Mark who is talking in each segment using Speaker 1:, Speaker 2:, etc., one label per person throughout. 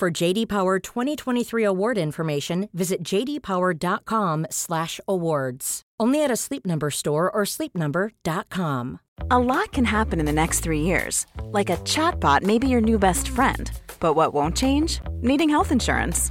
Speaker 1: For JD Power 2023 award information, visit jdpower.com/awards. Only at a Sleep Number store or sleepnumber.com.
Speaker 2: A lot can happen in the next three years. Like a chatbot may be your new best friend. But what won't change? Needing health insurance.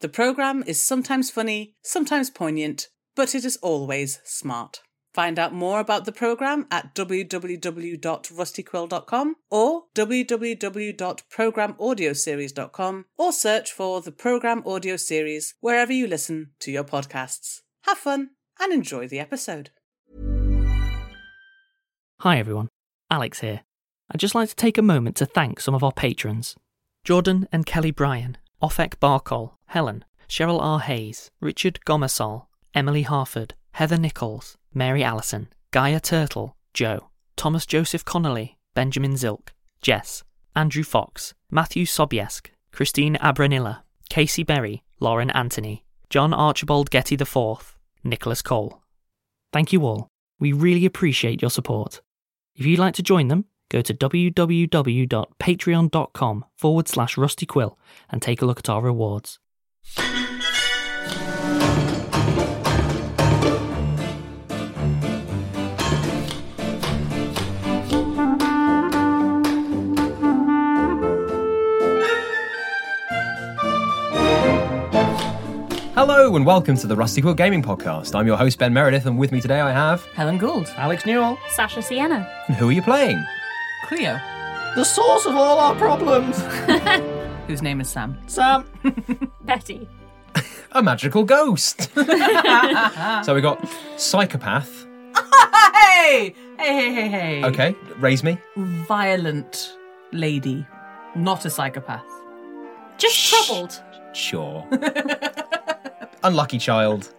Speaker 3: The programme is sometimes funny, sometimes poignant, but it is always smart. Find out more about the programme at www.rustyquill.com or www.programaudioseries.com or search for the programme audio series wherever you listen to your podcasts. Have fun and enjoy the episode.
Speaker 4: Hi everyone, Alex here. I'd just like to take a moment to thank some of our patrons Jordan and Kelly Bryan, Ofek Barkol, Helen, Cheryl R. Hayes, Richard Gomersall, Emily Harford, Heather Nichols, Mary Allison, Gaia Turtle, Joe, Thomas Joseph Connolly, Benjamin Zilk, Jess, Andrew Fox, Matthew Sobiesk, Christine Abranilla, Casey Berry, Lauren Anthony, John Archibald Getty IV, Nicholas Cole. Thank you all. We really appreciate your support. If you'd like to join them, go to www.patreon.com forward slash rustyquill and take a look at our rewards.
Speaker 5: Hello and welcome to the Rusty Quill Gaming Podcast. I'm your host Ben Meredith, and with me today I have.
Speaker 3: Helen Gould,
Speaker 4: Alex Newell.
Speaker 6: Sasha Sienna.
Speaker 5: And who are you playing?
Speaker 3: Cleo,
Speaker 7: The source of all our problems!
Speaker 3: whose name is Sam.
Speaker 7: Sam!
Speaker 6: Betty.
Speaker 5: A magical ghost.
Speaker 7: Oh,
Speaker 5: so we got psychopath.
Speaker 3: Hey! Hey, hey, hey, hey.
Speaker 5: Okay, raise me.
Speaker 3: Violent lady, not a psychopath.
Speaker 6: Just troubled.
Speaker 5: Sure. Unlucky child.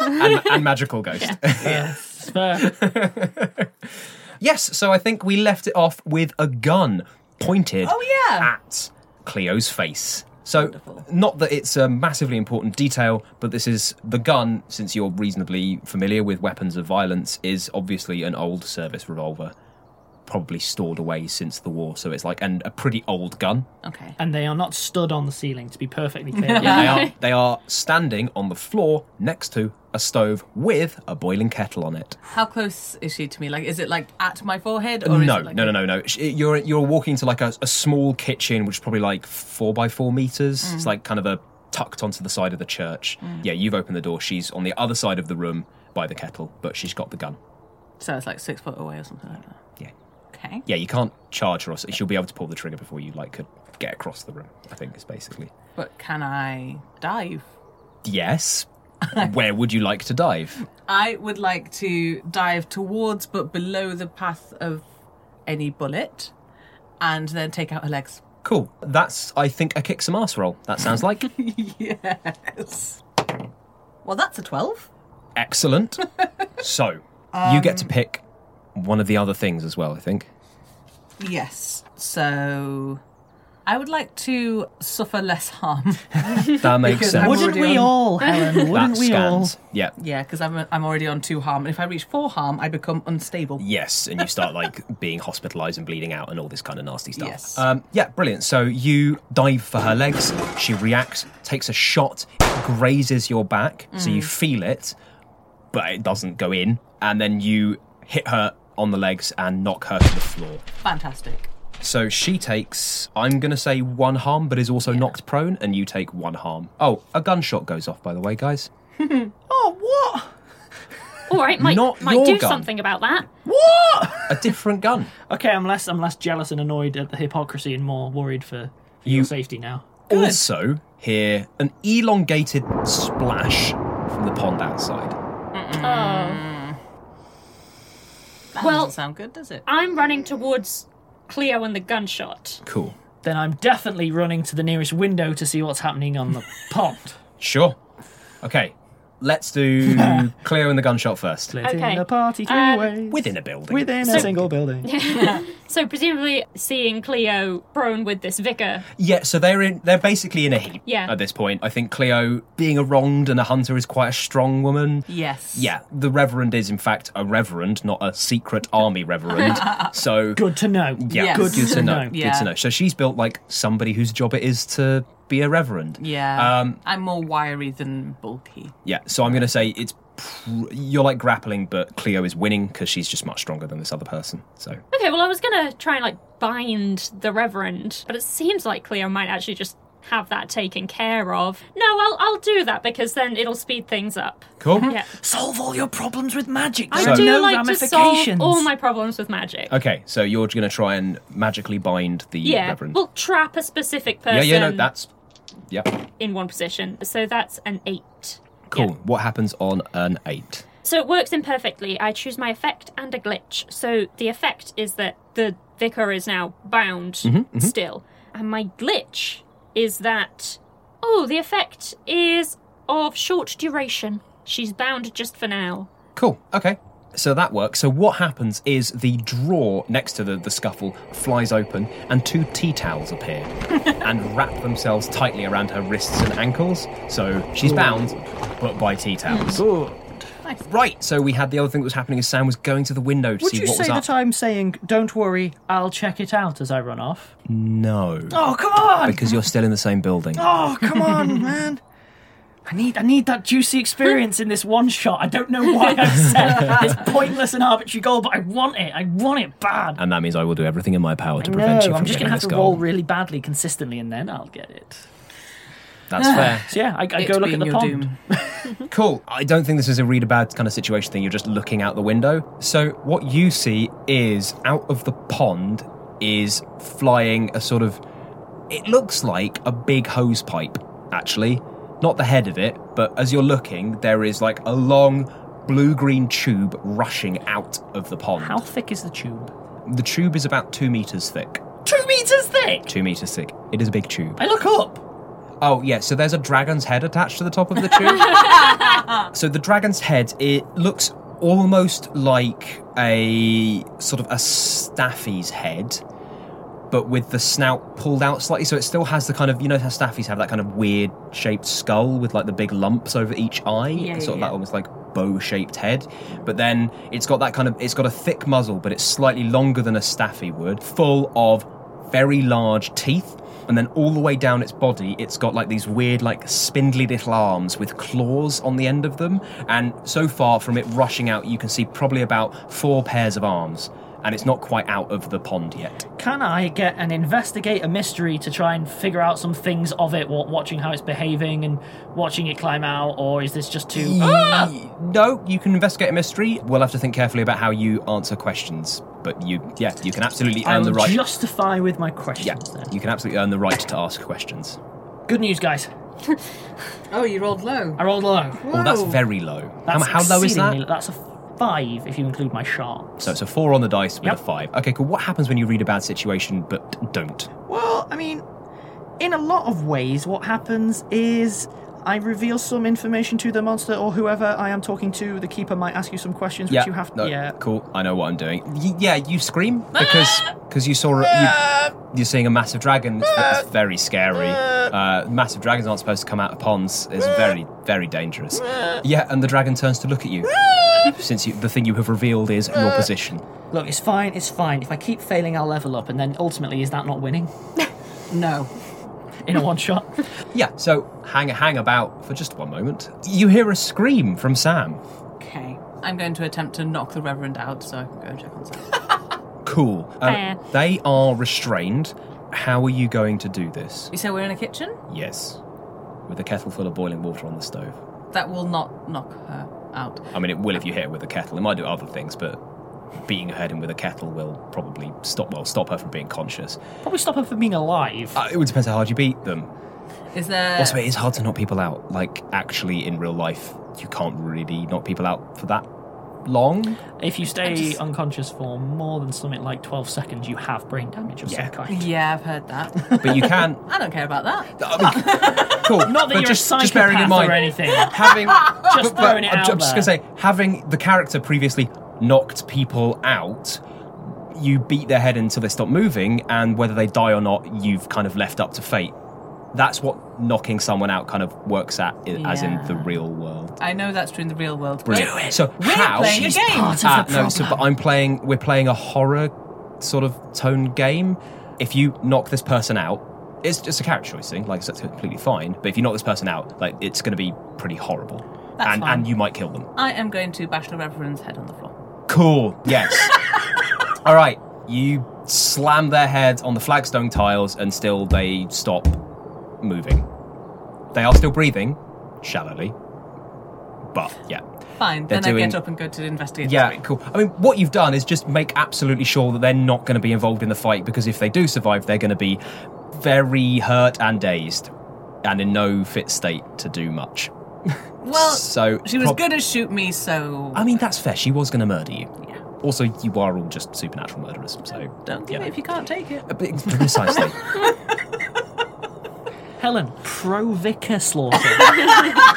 Speaker 5: and, and magical ghost.
Speaker 4: It's fair.
Speaker 5: yes. So I think we left it off with a gun pointed.
Speaker 3: Oh, yeah.
Speaker 5: At Cleo's face. So, not that it's a massively important detail, but this is the gun, since you're reasonably familiar with weapons of violence, is obviously an old service revolver, probably stored away since the war. So, it's like and a pretty old gun.
Speaker 3: Okay.
Speaker 4: and they are not stood on the ceiling, to be perfectly clear.
Speaker 5: Yeah, they are. They are standing on the floor next to a stove with a boiling kettle on it.
Speaker 3: How close is she to me? Like, is it like at my forehead? Or
Speaker 5: no,
Speaker 3: is it like
Speaker 5: no, no, no, no. Sh- You're you're walking to like a, a small kitchen, which is probably like four by four meters.
Speaker 3: Mm.
Speaker 5: It's like kind of a tucked onto the side of the church. Yeah, you've opened the door. She's on the other side of the room by the kettle, but she's got the gun.
Speaker 3: So it's like six foot away or something like that.
Speaker 5: Yeah,
Speaker 3: Okay.
Speaker 5: yeah. You can't charge her, or s- she'll be able to pull the trigger before you like could get across the room. I think is basically
Speaker 3: But can I dive?
Speaker 5: yes. Where would you like to dive?
Speaker 3: I would like to dive towards but below the path of any bullet and then take out her legs.
Speaker 5: Cool. That's I think a kick some ass roll. That sounds like
Speaker 3: yes. Well, that's a 12.
Speaker 5: Excellent. so, you get to
Speaker 3: Um,
Speaker 5: pick one of the other things as well, I think.
Speaker 3: Yes. So I would like to suffer less harm.
Speaker 5: That makes
Speaker 3: Because I'm
Speaker 5: sense.
Speaker 3: already-
Speaker 4: Wouldn't we
Speaker 3: on-
Speaker 4: all, Helen?
Speaker 5: That
Speaker 4: Wouldn't we all?
Speaker 5: scans. Yeah.
Speaker 3: yeah, because I'm, I'm already on two harm. And if I reach four harm, I become unstable.
Speaker 5: Yes, and you start like being hospitalised and bleeding out and all this kind of nasty stuff.
Speaker 3: Yes.
Speaker 5: Um, yeah, brilliant. So you dive for her legs. She reacts, takes a shot, it grazes your back, so
Speaker 3: Mm.
Speaker 5: you feel it, but it doesn't go in. And then you hit her on the legs and knock her to the floor.
Speaker 3: Fantastic.
Speaker 5: So she takes, I'm going to say one harm, but is also knocked prone, and you take one harm. Oh, a gunshot goes off, by the way, guys.
Speaker 8: Oh, what?
Speaker 7: All right, might,
Speaker 5: Not
Speaker 7: might
Speaker 5: your
Speaker 7: do
Speaker 5: gun.
Speaker 7: something about that.
Speaker 5: A different gun.
Speaker 4: Okay, I'm less I'm less jealous and annoyed at the hypocrisy and more worried for for your
Speaker 5: You-
Speaker 4: safety now.
Speaker 5: Also, hear an elongated splash from the pond outside.
Speaker 3: That
Speaker 7: Well-
Speaker 3: doesn't sound good, does it?
Speaker 7: I'm running towards Cleo and the gunshot.
Speaker 5: Cool.
Speaker 4: Then I'm definitely running to the nearest window to see what's happening on the pond.
Speaker 5: Sure. Okay, let's do Cleo and the gunshot first.
Speaker 4: Splitting
Speaker 7: Okay.
Speaker 4: the party three
Speaker 7: Um,
Speaker 4: ways
Speaker 5: Within a building.
Speaker 4: within a single building.
Speaker 7: So presumably seeing Cleo prone with this vicar.
Speaker 5: Yeah, so they're in. They're basically in a heap.
Speaker 7: Yeah.
Speaker 5: At this point, I think Cleo, being a wronged and a hunter, is quite a strong woman.
Speaker 3: Yes.
Speaker 5: Yeah, the Reverend is in fact a Reverend, not a secret army Reverend. so
Speaker 4: Good to know.
Speaker 5: yeah,
Speaker 3: Yes.
Speaker 5: good, to know. Good
Speaker 3: Yeah.
Speaker 5: to know. So she's built like somebody whose job it is to be a Reverend.
Speaker 3: Yeah. Um, I'm more wiry than bulky.
Speaker 5: Yeah, so I'm going to say it's pr- you're like grappling, but Cleo is winning because she's just much stronger than this other person. So
Speaker 7: Okay, well I was gonna try and like bind the Reverend, but it seems like Cleo might actually just have that taken care of. No, I'll I'll do that because then it'll speed things up.
Speaker 5: cool.
Speaker 7: Yeah.
Speaker 4: Solve all your problems with magic.
Speaker 7: I
Speaker 5: So-
Speaker 7: do
Speaker 4: no
Speaker 7: like to solve
Speaker 4: ramifications.
Speaker 7: all my problems with magic.
Speaker 5: Okay, so you're going to try and magically bind the
Speaker 7: Yeah,
Speaker 5: Reverend.
Speaker 7: we'll um, trap a specific person
Speaker 5: yeah, yeah, no, that's yeah,
Speaker 7: in one position. So that's an eight.
Speaker 5: cool. What happens on an eight?
Speaker 7: So it works imperfectly. I choose my effect and a glitch. So the effect is that the vicar is now bound
Speaker 5: Mm-hmm.
Speaker 7: still. And my glitch is that, oh, the effect is of short duration. She's bound just for now.
Speaker 5: Cool. Okay. So that works. So what happens is the drawer next to the, the scuffle flies open and two tea towels appear and wrap themselves tightly around her wrists and ankles. So she's bound, but by
Speaker 4: Hmm.
Speaker 5: tea towels. Right. So we had the other thing that was happening is Sam was going to the window to
Speaker 4: Would
Speaker 5: see
Speaker 4: you
Speaker 5: what
Speaker 4: say
Speaker 5: was up.
Speaker 4: that I'm saying, don't worry, I'll check it out as I run off?
Speaker 5: No.
Speaker 4: Oh, come on!
Speaker 5: Because you're still in the same building.
Speaker 4: Oh, come on, man. I need, I need that juicy experience in this one shot. I don't know why I set this pointless and arbitrary goal, but I want it. I want it bad.
Speaker 5: And that means I will do everything in my power to
Speaker 4: no,
Speaker 5: prevent you from
Speaker 4: I'm just
Speaker 5: getting
Speaker 4: gonna have
Speaker 5: this
Speaker 4: to
Speaker 5: goal.
Speaker 4: roll really badly consistently, and then I'll get it.
Speaker 5: That's fair.
Speaker 4: So yeah, I, I
Speaker 3: It
Speaker 4: go look
Speaker 3: being
Speaker 4: at the
Speaker 3: your
Speaker 4: pond.
Speaker 3: doom.
Speaker 5: Cool. I don't think this is a read about kind of situation thing. You're just looking out the window. So what you see is out of the pond is flying a sort of it looks like a big hose pipe, actually. Not the head of it, but as you're looking, there is like a long blue green tube rushing out of the pond.
Speaker 4: How thick is the tube?
Speaker 5: The tube is about two meters thick.
Speaker 4: Two meters thick.
Speaker 5: Two meters thick. It is a big tube.
Speaker 4: I look up.
Speaker 5: Oh yeah, so there's a dragon's head attached to the top of the tube. so the dragon's head, it looks almost like a sort of a staffy's head, but with the snout pulled out slightly. So it still has the kind of you know how staffies have that kind of weird shaped skull with like the big lumps over each eye, and sort of that almost like bow shaped head. But then it's got that kind of it's got a thick muzzle, but it's slightly longer than a staffy would, full of very large teeth. And then all the way down its body, it's got like these weird, like spindly little arms with claws on the end of them. And so far from it rushing out, you can see probably about four pairs of arms. And it's not quite out of the pond yet.
Speaker 4: Can I get and investigate a mystery to try and figure out some things of it, wa- watching how it's behaving and watching it climb out, or is this just too? Ah!
Speaker 5: Ye- No, you can investigate a mystery. We'll have to think carefully about how you answer questions. But you, yeah, you can absolutely
Speaker 4: I
Speaker 5: earn the
Speaker 4: will
Speaker 5: right.
Speaker 4: justify with my
Speaker 5: yeah,
Speaker 4: questions. Then.
Speaker 5: you can absolutely earn the right to ask questions.
Speaker 4: Good news, guys.
Speaker 3: Oh, you rolled low.
Speaker 4: I rolled low.
Speaker 5: Oh, that's
Speaker 3: Whoa.
Speaker 5: very low.
Speaker 4: That's
Speaker 5: how, how low is that?
Speaker 4: exceedingly- That's a five if you include my sharp.
Speaker 5: So it's a four on the dice with
Speaker 4: Yep.
Speaker 5: a five. Okay, cool. What happens when you read a bad situation but don't?
Speaker 8: Well, I mean,
Speaker 4: In a lot of ways, what happens is
Speaker 9: I reveal some information to the monster or whoever I am talking to. The keeper might ask you some questions,
Speaker 5: Yeah.
Speaker 9: which you have to.
Speaker 5: no,
Speaker 9: yeah. Ah!
Speaker 5: Cool. I know what I'm doing. Y- yeah, you scream because because you saw a- you, you're seeing a massive dragon. It's,
Speaker 9: Ah!
Speaker 5: it's very scary. Uh, massive dragons aren't supposed to come out of ponds.
Speaker 9: Ah!
Speaker 5: It's very very dangerous. Yeah, and the dragon turns to look at you
Speaker 9: Ah!
Speaker 5: since you, the thing you have revealed is your position.
Speaker 10: Look, it's fine, it's fine. If I keep failing, I'll level up, and then ultimately, is that not winning
Speaker 3: No.
Speaker 10: in a one shot?
Speaker 5: Yeah, so hang hang about for just one moment. You hear a scream from Sam.
Speaker 3: Okay. I'm going to attempt to knock the Reverend out, so go and check on Sam.
Speaker 5: Cool. Um,
Speaker 7: Fair.
Speaker 5: they are restrained. How are you going to do this?
Speaker 3: You say we're in a kitchen?
Speaker 5: Yes, with a kettle full of boiling water on the stove.
Speaker 3: That will not knock her out.
Speaker 5: I mean, it will if you hit her with a kettle. It might do other things, but beating her in with a kettle will probably stop well stop her from being conscious.
Speaker 10: Probably stop her from being alive.
Speaker 5: Uh, it would depend how hard you beat them.
Speaker 3: Is
Speaker 4: Uh.
Speaker 3: there.
Speaker 5: Also, it is hard to knock people out. Like actually, in real life, you can't really knock people out for that long.
Speaker 10: if you stay unconscious for more than something like 12 seconds, you have brain damage of
Speaker 5: Yeah.
Speaker 10: some kind.
Speaker 3: Yeah, I've heard that.
Speaker 5: But you can.
Speaker 3: I don't care about that.
Speaker 5: I mean, cool.
Speaker 10: Not that
Speaker 5: but
Speaker 10: you're
Speaker 5: just,
Speaker 10: a
Speaker 5: just bearing in
Speaker 10: psychopath
Speaker 5: mind,
Speaker 10: or anything.
Speaker 5: having
Speaker 10: Just throwing it
Speaker 5: I'm,
Speaker 10: out
Speaker 5: ju- I'm just
Speaker 10: there.
Speaker 5: gonna say having the character previously knocked people out you beat their head until they stop moving and whether they die or not you've kind of left up to fate that's what knocking someone out kind of works at i- as in
Speaker 3: Yeah.
Speaker 5: the real world
Speaker 3: I know that's true in the real world.
Speaker 5: Brilliant. so
Speaker 3: We're
Speaker 5: how
Speaker 3: playing a game.
Speaker 10: part
Speaker 5: Ah,
Speaker 10: of the
Speaker 5: no so but i'm playing we're playing a horror sort of tone game if you knock this person out it's just a character choice thing like so it's completely fine but if you knock this person out like it's going to be pretty horrible
Speaker 3: That's
Speaker 5: and
Speaker 3: fine.
Speaker 5: and you might kill them
Speaker 3: I am going to bash the Reverend's head on the floor.
Speaker 5: Cool. Yes. All right. You slam their heads on the flagstone tiles, and still they stop moving. They are still breathing, shallowly. But yeah,
Speaker 3: Fine.
Speaker 5: They're
Speaker 3: then I
Speaker 5: doing-
Speaker 3: get up and go to investigate.
Speaker 5: yeah, cool. I mean, what you've done is just make absolutely sure that they're not going to be involved in the fight because if they do survive, they're going to be very hurt and dazed, and in no fit state to do much.
Speaker 3: Well,
Speaker 5: so
Speaker 3: she was
Speaker 5: prob- Ah.
Speaker 3: going to shoot me, so
Speaker 5: I mean, that's fair. She was going to murder you.
Speaker 3: Yeah.
Speaker 5: Also, you are all just supernatural murderers, so
Speaker 3: don't give
Speaker 5: yeah.
Speaker 3: it if you can't take it.
Speaker 5: A bit- Precisely.
Speaker 10: Helen, pro vicar slaughter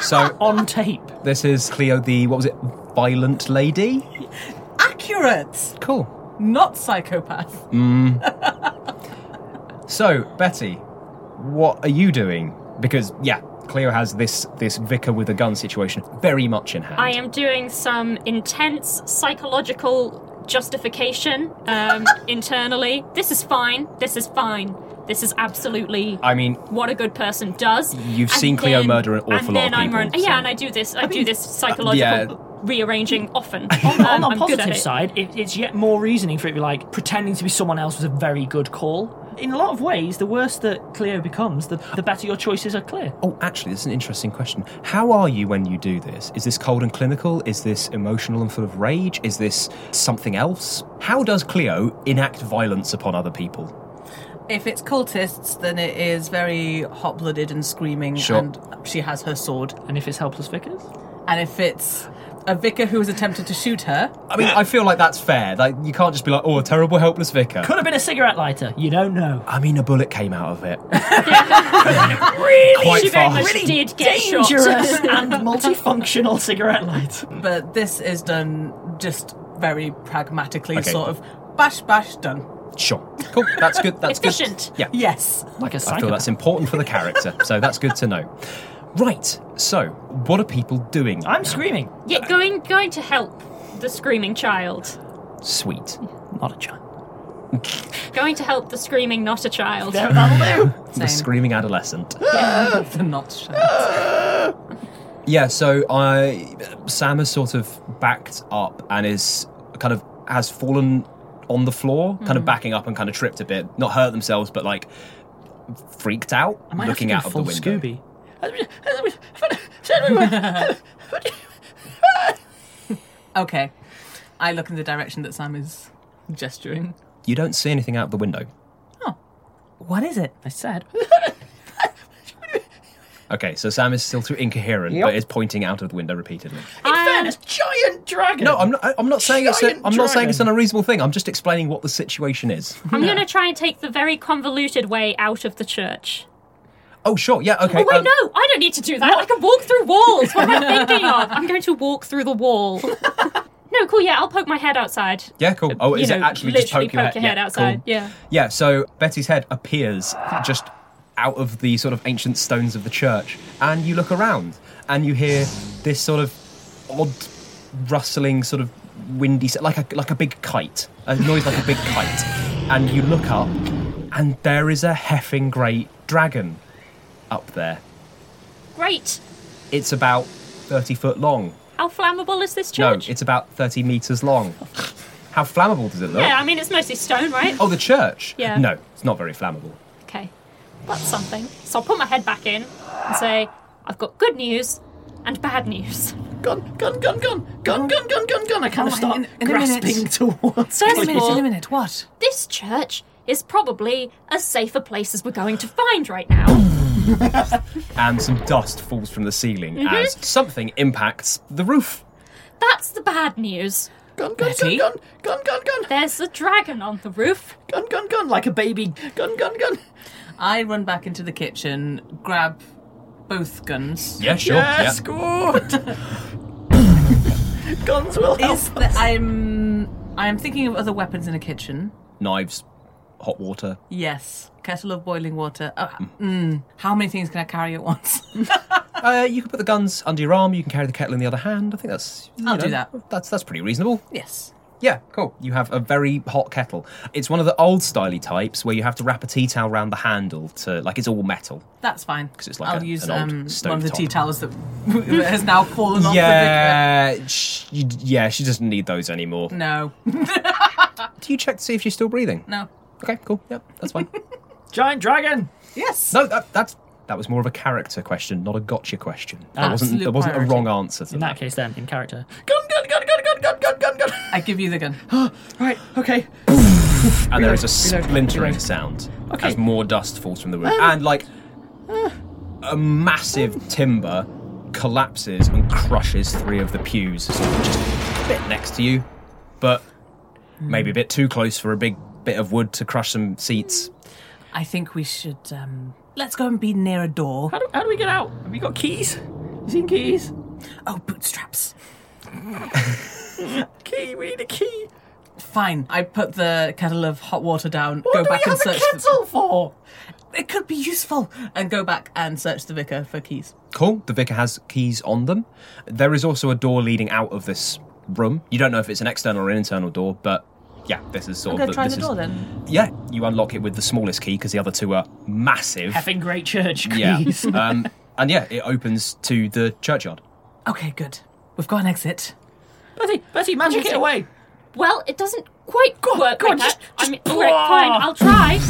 Speaker 5: so
Speaker 10: on tape.
Speaker 5: this is Cleo, the what was it? Violent lady.
Speaker 3: Accurate,
Speaker 5: Cool.
Speaker 3: not psychopath.
Speaker 5: So Betty, what are you doing? Because yeah, Cleo has this this vicar with a gun situation very much in hand.
Speaker 7: I am doing some intense psychological justification um, internally. This is fine. This is fine. This is absolutely
Speaker 5: I mean,
Speaker 7: what a good person does.
Speaker 5: You've seen Cleo murder an awful
Speaker 7: and
Speaker 5: lot of
Speaker 7: then I'm
Speaker 5: people,
Speaker 7: run-
Speaker 5: so-
Speaker 7: Yeah, and I do this. I, do this psychological
Speaker 5: yeah.
Speaker 7: rearranging often.
Speaker 10: on
Speaker 7: Um,
Speaker 10: the
Speaker 7: I'm good at
Speaker 10: positive
Speaker 7: it.
Speaker 10: side, it, it's yet more reasoning for it to be like pretending to be someone else was a very good call. In a lot of ways, the worse that Cleo becomes, the, the better your choices are clear.
Speaker 5: oh, actually, this is an interesting question. How are you when you do this? Is this cold and clinical? Is this emotional and full of rage? Is this something else? How does Cleo enact violence upon other people?
Speaker 3: If it's cultists, then it is very hot blooded and screaming,
Speaker 5: Sure.
Speaker 3: and she has her sword.
Speaker 10: And if it's helpless vicars,
Speaker 3: And if it's a vicar who has attempted to shoot her,
Speaker 5: I mean, I feel like that's fair. Like you can't just be like, oh, a terrible, helpless vicar.
Speaker 10: could have been a cigarette lighter. You don't know.
Speaker 5: I mean, a bullet came out of it.
Speaker 10: Really
Speaker 5: Quite
Speaker 7: She very
Speaker 5: fast.
Speaker 7: much did get shot.
Speaker 10: dangerous and multifunctional cigarette lighter.
Speaker 3: but this is done just very pragmatically,
Speaker 5: Okay.
Speaker 3: sort of bash, bash, done.
Speaker 5: Sure. Cool. That's good. That's
Speaker 7: Efficient.
Speaker 5: good. Yeah.
Speaker 3: Yes.
Speaker 10: Like a
Speaker 5: I feel that's
Speaker 10: psychopath.
Speaker 5: important for the character. so that's good to know. Right. So, what are people doing?
Speaker 10: I'm screaming.
Speaker 7: Yeah, going going to help the screaming child.
Speaker 5: Sweet.
Speaker 10: Not a child.
Speaker 7: Going to help the screaming not a child.
Speaker 10: There, that'll do.
Speaker 5: The screaming adolescent.
Speaker 3: the not shut.
Speaker 5: yeah. So I, Sam has sort of backed up and is kind of has fallen on the floor, kind
Speaker 7: Mm.
Speaker 5: of backing up and kind of tripped a bit, not hurt themselves, but like freaked out,
Speaker 10: I might have to
Speaker 5: looking
Speaker 10: go
Speaker 5: out of the
Speaker 10: full
Speaker 5: window.
Speaker 10: Scooby.
Speaker 3: Okay. I look in the direction that Sam is gesturing.
Speaker 5: You don't see anything out of the window.
Speaker 3: What is it?
Speaker 10: I said.
Speaker 5: Okay, so Sam is still too incoherent, but is pointing out of the window repeatedly.
Speaker 7: I-
Speaker 10: Fairness, giant dragon.
Speaker 5: No, I'm not. I- I'm not saying it's. A, I'm
Speaker 10: Giant
Speaker 5: not saying it's an
Speaker 10: dragon.
Speaker 5: unreasonable thing. I'm just explaining what the situation is.
Speaker 7: I'm going to try and take the very convoluted way out of the church.
Speaker 5: Oh, sure. Yeah. Okay.
Speaker 7: Oh wait,
Speaker 5: um,
Speaker 7: no, I don't need to do that. I can walk through walls. What am I thinking of? I'm going to walk through the wall. no, cool. Yeah, I'll poke my head outside.
Speaker 5: Yeah, cool. Oh,
Speaker 7: You
Speaker 5: is
Speaker 7: know,
Speaker 5: it actually
Speaker 7: literally
Speaker 5: just poke, your head, Yeah,
Speaker 7: outside?
Speaker 5: cool.
Speaker 7: Yeah.
Speaker 5: Yeah, so Betty's head appears just out of the sort of ancient stones of the church, and you look around and you hear this sort of odd rustling, sort of windy, s- like a like a big kite, a noise like a big kite, and you look up, and there is a heffing great dragon up there.
Speaker 7: Great.
Speaker 5: It's about thirty foot long.
Speaker 7: How flammable is this
Speaker 5: No,
Speaker 7: church?
Speaker 5: it's about thirty meters long. How flammable does it look?
Speaker 7: yeah, I mean it's mostly stone, right?
Speaker 5: Oh, the church?
Speaker 7: Yeah.
Speaker 5: No, it's not very flammable.
Speaker 7: Okay, that's something. So I'll put my head back in and say, I've got good news and bad news.
Speaker 9: Gun, gun, gun, gun, gun, gun, gun, gun, gun. I kind of
Speaker 3: Oh,
Speaker 9: start
Speaker 3: in- in a minute.
Speaker 9: grasping towards.
Speaker 7: First
Speaker 9: it.
Speaker 7: of all,
Speaker 3: minute, what?
Speaker 7: this church is probably as safe a place as we're going to find right now.
Speaker 5: and some dust falls from the ceiling
Speaker 3: Mm-hmm.
Speaker 5: as something impacts the roof.
Speaker 7: That's the bad news.
Speaker 9: Gun, gun, gun,
Speaker 3: Betty?
Speaker 9: gun, gun, gun, gun,
Speaker 7: There's a dragon on the roof.
Speaker 9: gun, gun, gun, like a baby. Gun, gun, gun.
Speaker 3: I run back into the kitchen, grab both guns.
Speaker 5: Yeah, sure.
Speaker 9: Yes, good. Guns will help.
Speaker 3: Is the, I'm I'm thinking of other weapons in a kitchen.
Speaker 5: Knives, hot water.
Speaker 3: Yes, kettle of boiling water. Oh, mm, how many things can I carry at once?
Speaker 5: Uh, you can put the guns under your arm. You can carry the kettle in the other hand. I think that's. you
Speaker 3: I'll do that.
Speaker 5: That's that's pretty reasonable.
Speaker 3: yes.
Speaker 5: Yeah, cool. You have a very hot kettle. It's one of the old styley types where you have to wrap a tea towel around the handle to like it's all metal.
Speaker 3: That's fine.
Speaker 5: 'Cause it's like
Speaker 3: I'll
Speaker 5: a-
Speaker 3: use
Speaker 5: an old
Speaker 3: um, one of the
Speaker 5: stovetop.
Speaker 3: tea towels that has now fallen off
Speaker 5: yeah, sh- you- yeah. She doesn't need those anymore.
Speaker 3: the big No,
Speaker 5: Do you check to see if she's still breathing?
Speaker 3: no.
Speaker 5: Okay, cool. Yep, that's fine.
Speaker 9: Giant dragon.
Speaker 3: Yes.
Speaker 5: No, that, that's that was more of a character question, not a gotcha question. That wasn't
Speaker 3: Absolute
Speaker 5: there wasn't a
Speaker 3: priority.
Speaker 5: wrong answer to
Speaker 10: In
Speaker 5: that.
Speaker 10: that case, then, in character.
Speaker 9: Gun, gun, gun, gun, gun, gun, gun, gun, gun.
Speaker 3: I give you the gun.
Speaker 9: Right. Okay.
Speaker 5: And there is a
Speaker 9: reload,
Speaker 5: splintering
Speaker 9: reload.
Speaker 5: sound
Speaker 9: Okay.
Speaker 5: as more dust falls from the roof, and like a massive timber collapses and crushes three of the pews, sort of just a bit next to you, but maybe a bit too close for a big bit of wood to crush some seats.
Speaker 3: I think we should. Um, let's go and be near a door.
Speaker 9: How do, how do we get out? Have we got keys? You seen keys?
Speaker 3: Oh, bootstraps.
Speaker 9: Key. We need a key.
Speaker 3: Fine. I put the kettle of hot water down.
Speaker 9: What
Speaker 3: go
Speaker 9: do
Speaker 3: back
Speaker 9: we
Speaker 3: and
Speaker 9: have a
Speaker 3: search. the-
Speaker 9: kettle for?
Speaker 3: it could be useful. And go back and search the vicar for keys.
Speaker 5: Cool. The vicar has keys on them. There is also a door leading out of this room. You don't know if it's an external or an internal door, but yeah, this is sort
Speaker 3: I'll
Speaker 5: of.
Speaker 3: go try
Speaker 5: this
Speaker 3: the
Speaker 5: is-
Speaker 3: door then.
Speaker 5: Yeah, you unlock it with the smallest key because the other two are massive.
Speaker 10: Effing great church,
Speaker 5: yeah.
Speaker 10: please.
Speaker 5: um, and yeah, it opens to the churchyard.
Speaker 3: Okay, good. We've got an exit.
Speaker 9: Betty, Betty, magic it away.
Speaker 7: Well, it doesn't quite work
Speaker 9: go on,
Speaker 7: like that.
Speaker 9: just-
Speaker 7: I mean,
Speaker 9: just-
Speaker 7: all right, fine, I'll try.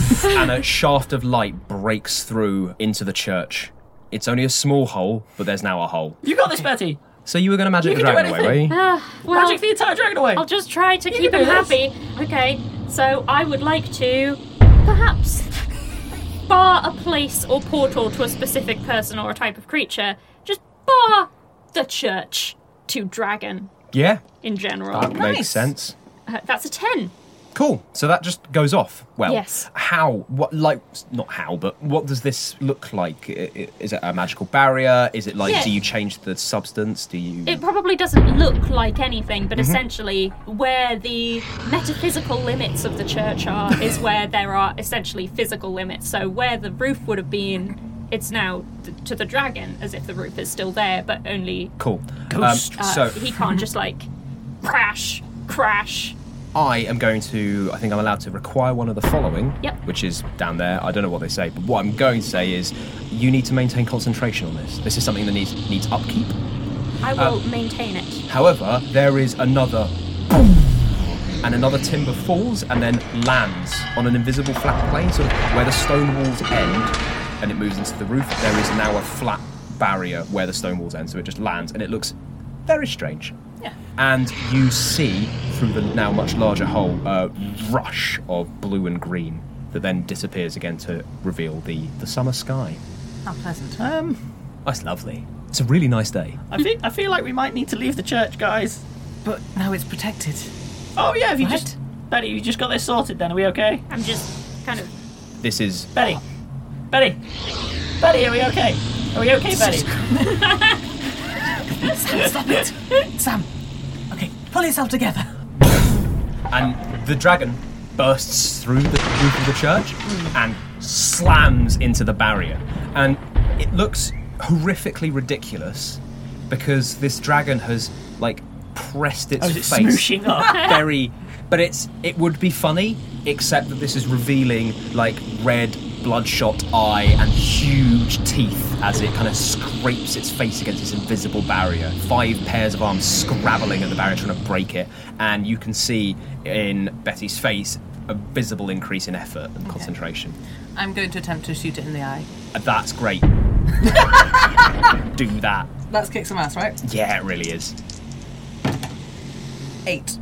Speaker 5: And a shaft of light breaks through into the church. It's only a small hole, but there's now a hole.
Speaker 9: You got this, Betty.
Speaker 5: So you were going to magic
Speaker 9: You
Speaker 5: the
Speaker 9: can do
Speaker 5: dragon away, were you?
Speaker 7: Ah, well,
Speaker 9: Magic the entire dragon away.
Speaker 7: I'll just try to keep
Speaker 9: do
Speaker 7: him
Speaker 9: this.
Speaker 7: happy. Okay, so I would like to perhaps bar a place or portal to a specific person or a type of creature. Just bar the church to dragon
Speaker 5: Yeah,
Speaker 7: in general.
Speaker 5: that makes
Speaker 3: Nice.
Speaker 5: sense.
Speaker 7: Uh, that's a 10.
Speaker 5: Cool. So that just goes off. Well,
Speaker 7: Yes.
Speaker 5: how? What? Like, not how, but what does this look like? I- i- Is it a magical barrier? Is it like?
Speaker 7: Yeah.
Speaker 5: Do you change the substance? Do you?
Speaker 7: It probably doesn't look like anything,
Speaker 5: Mm-hmm.
Speaker 7: but essentially, where the metaphysical limits of the church are is where there are essentially physical limits. So, where the roof would have been, it's now th- to the dragon, as if the roof is still there, but only uh,
Speaker 5: cool.
Speaker 10: Ghost.
Speaker 5: Um, so
Speaker 7: he can't just like crash, crash.
Speaker 5: I am going to. I think I'm allowed to require one of the following.
Speaker 7: Yep.
Speaker 5: Which is down there. I don't know what they say, but what I'm going to say is, you need to maintain concentration on this. This is something that needs needs upkeep. Um,
Speaker 7: I will maintain it.
Speaker 5: However, there is another. And another timber falls and then lands on an invisible flat plane, sort of where the stone walls end and it moves into the roof. There is now a flat barrier where the stone walls end, so it just lands and it looks very strange.
Speaker 3: Yeah.
Speaker 5: And you see through the now much larger hole a rush of blue and green that then disappears again to reveal the, the summer sky.
Speaker 3: How pleasant.
Speaker 4: Um,
Speaker 5: That's lovely. It's a really nice day.
Speaker 9: I think I feel like we might need to leave the church, guys.
Speaker 3: But now it's protected.
Speaker 9: Oh yeah, if you
Speaker 3: Right.
Speaker 9: just Betty, you just got this sorted. Then are we okay?
Speaker 7: I'm just kind of
Speaker 5: This is
Speaker 9: Betty, Betty,
Speaker 4: Betty, are we okay? Are we okay, Betty?
Speaker 3: Sam, stop it! Sam! Okay, pull yourself together.
Speaker 5: and the dragon bursts through the roof of the church and slams into the barrier. And it looks horrifically ridiculous because this dragon has like pressed its
Speaker 4: Oh, is it
Speaker 5: face
Speaker 4: smooshing up?
Speaker 5: very but it's it would be funny except that this is revealing like red bloodshot eye and huge teeth as it kind of scrapes its face against this invisible barrier five pairs of arms scrabbling at the barrier trying to break it and you can see in betty's face a visible increase in effort and concentration
Speaker 3: I'm going to attempt to shoot it in the eye.
Speaker 5: And that's great do that
Speaker 3: Let's kick some ass, right?
Speaker 5: yeah it really is
Speaker 3: Eight.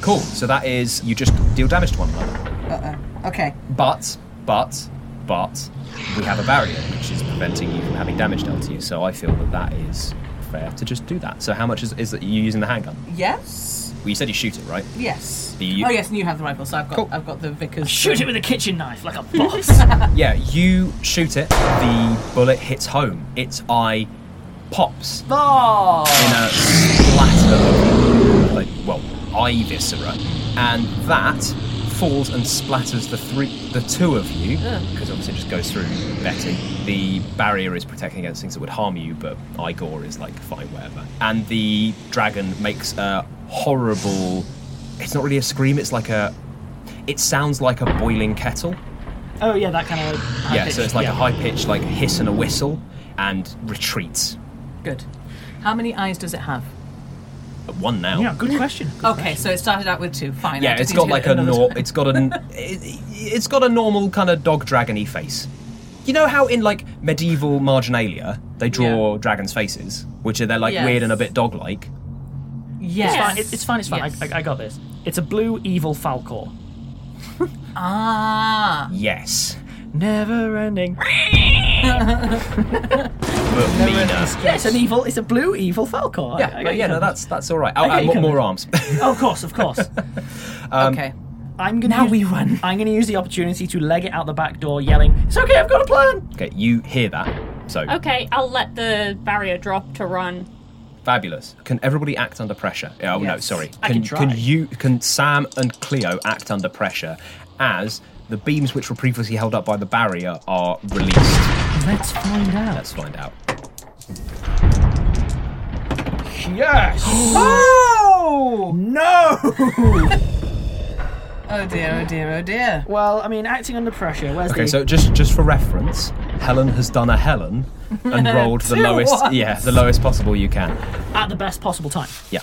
Speaker 5: cool so that is you just deal damage to one another
Speaker 3: Okay.
Speaker 5: But, but, but, we have a barrier which is preventing you from having damage dealt to you. So I feel that that is fair to just do that. So how much is, is that you using the handgun?
Speaker 3: Yes.
Speaker 5: Well, you said you shoot it, right?
Speaker 3: Yes.
Speaker 5: Do you-
Speaker 3: Oh yes, and you have the rifle, so I've got
Speaker 5: Cool.
Speaker 3: I've got the vicar's.
Speaker 4: Shoot it with a kitchen knife like a boss.
Speaker 5: Yeah. You shoot it. The bullet hits home. Its eye pops in a splatter of like well eye viscera, and that falls and splatters the three, the two of you, because obviously it just goes through Betty. The barrier is protecting against things that would harm you, but Igor is like fine, whatever. And the dragon makes a horrible. It's not really a scream. It's like a. It sounds like a boiling kettle.
Speaker 4: oh yeah, that kind of. Like,
Speaker 5: yeah, so it's like a high pitched like hiss and a whistle, and retreats.
Speaker 3: Good. How many eyes does it have? Mm.
Speaker 5: At one now.
Speaker 4: Yeah, good question. Good
Speaker 3: Okay, so it started out with two. Fine. I
Speaker 5: Yeah,
Speaker 3: just
Speaker 5: it's
Speaker 3: need
Speaker 5: got
Speaker 3: to
Speaker 5: like
Speaker 3: hit
Speaker 5: a
Speaker 3: another
Speaker 5: nor-
Speaker 3: time.
Speaker 5: it's got an it, it's got a normal kind of dog dragony face. You know how in like medieval marginalia they draw dragons' faces, which are they're like
Speaker 3: Yes.
Speaker 5: weird and a bit dog-like.
Speaker 3: Yes.
Speaker 4: Fine, it- it's fine. It's fine.
Speaker 3: Yes.
Speaker 4: I, I, I got this. It's a blue evil falcor.
Speaker 3: Ah.
Speaker 5: Yes,
Speaker 4: Never ending.
Speaker 5: but meaner.
Speaker 4: Yeah, it's an evil. It's a blue evil falcor.
Speaker 3: Yeah,
Speaker 4: I- I
Speaker 5: But
Speaker 4: got
Speaker 5: yeah,
Speaker 4: you
Speaker 5: no,
Speaker 4: covered.
Speaker 5: that's that's all right. Oh,
Speaker 4: Okay,
Speaker 5: and more,
Speaker 4: come
Speaker 5: more
Speaker 4: on.
Speaker 5: arms.
Speaker 4: Oh, of course, of course. Um,
Speaker 3: okay.
Speaker 4: I'm gonna.
Speaker 3: Now
Speaker 4: use-
Speaker 3: we run.
Speaker 4: I'm gonna use the opportunity to leg it out the back door, yelling, "It's okay, I've got a plan."
Speaker 5: okay, you hear that? So
Speaker 7: Okay, I'll let the barrier drop to run.
Speaker 5: fabulous. Can everybody act under pressure? Oh no,
Speaker 3: Yes.
Speaker 5: sorry. Can,
Speaker 4: I can try.
Speaker 5: you? Can Sam and Cleo act under pressure as the beams which were previously held up by the barrier are released?
Speaker 4: Let's find out.
Speaker 5: Let's find out.
Speaker 4: Yes.
Speaker 3: Oh!
Speaker 4: no.
Speaker 3: Oh dear! Oh dear! Oh dear!
Speaker 4: Well, I mean, acting under pressure. Where's
Speaker 5: Okay,
Speaker 4: the?
Speaker 5: so just just for reference, Helen has done a Helen and rolled the
Speaker 3: Two
Speaker 5: lowest,
Speaker 3: ones.
Speaker 5: yeah, the lowest possible you can.
Speaker 4: at the best possible time.
Speaker 5: Yeah.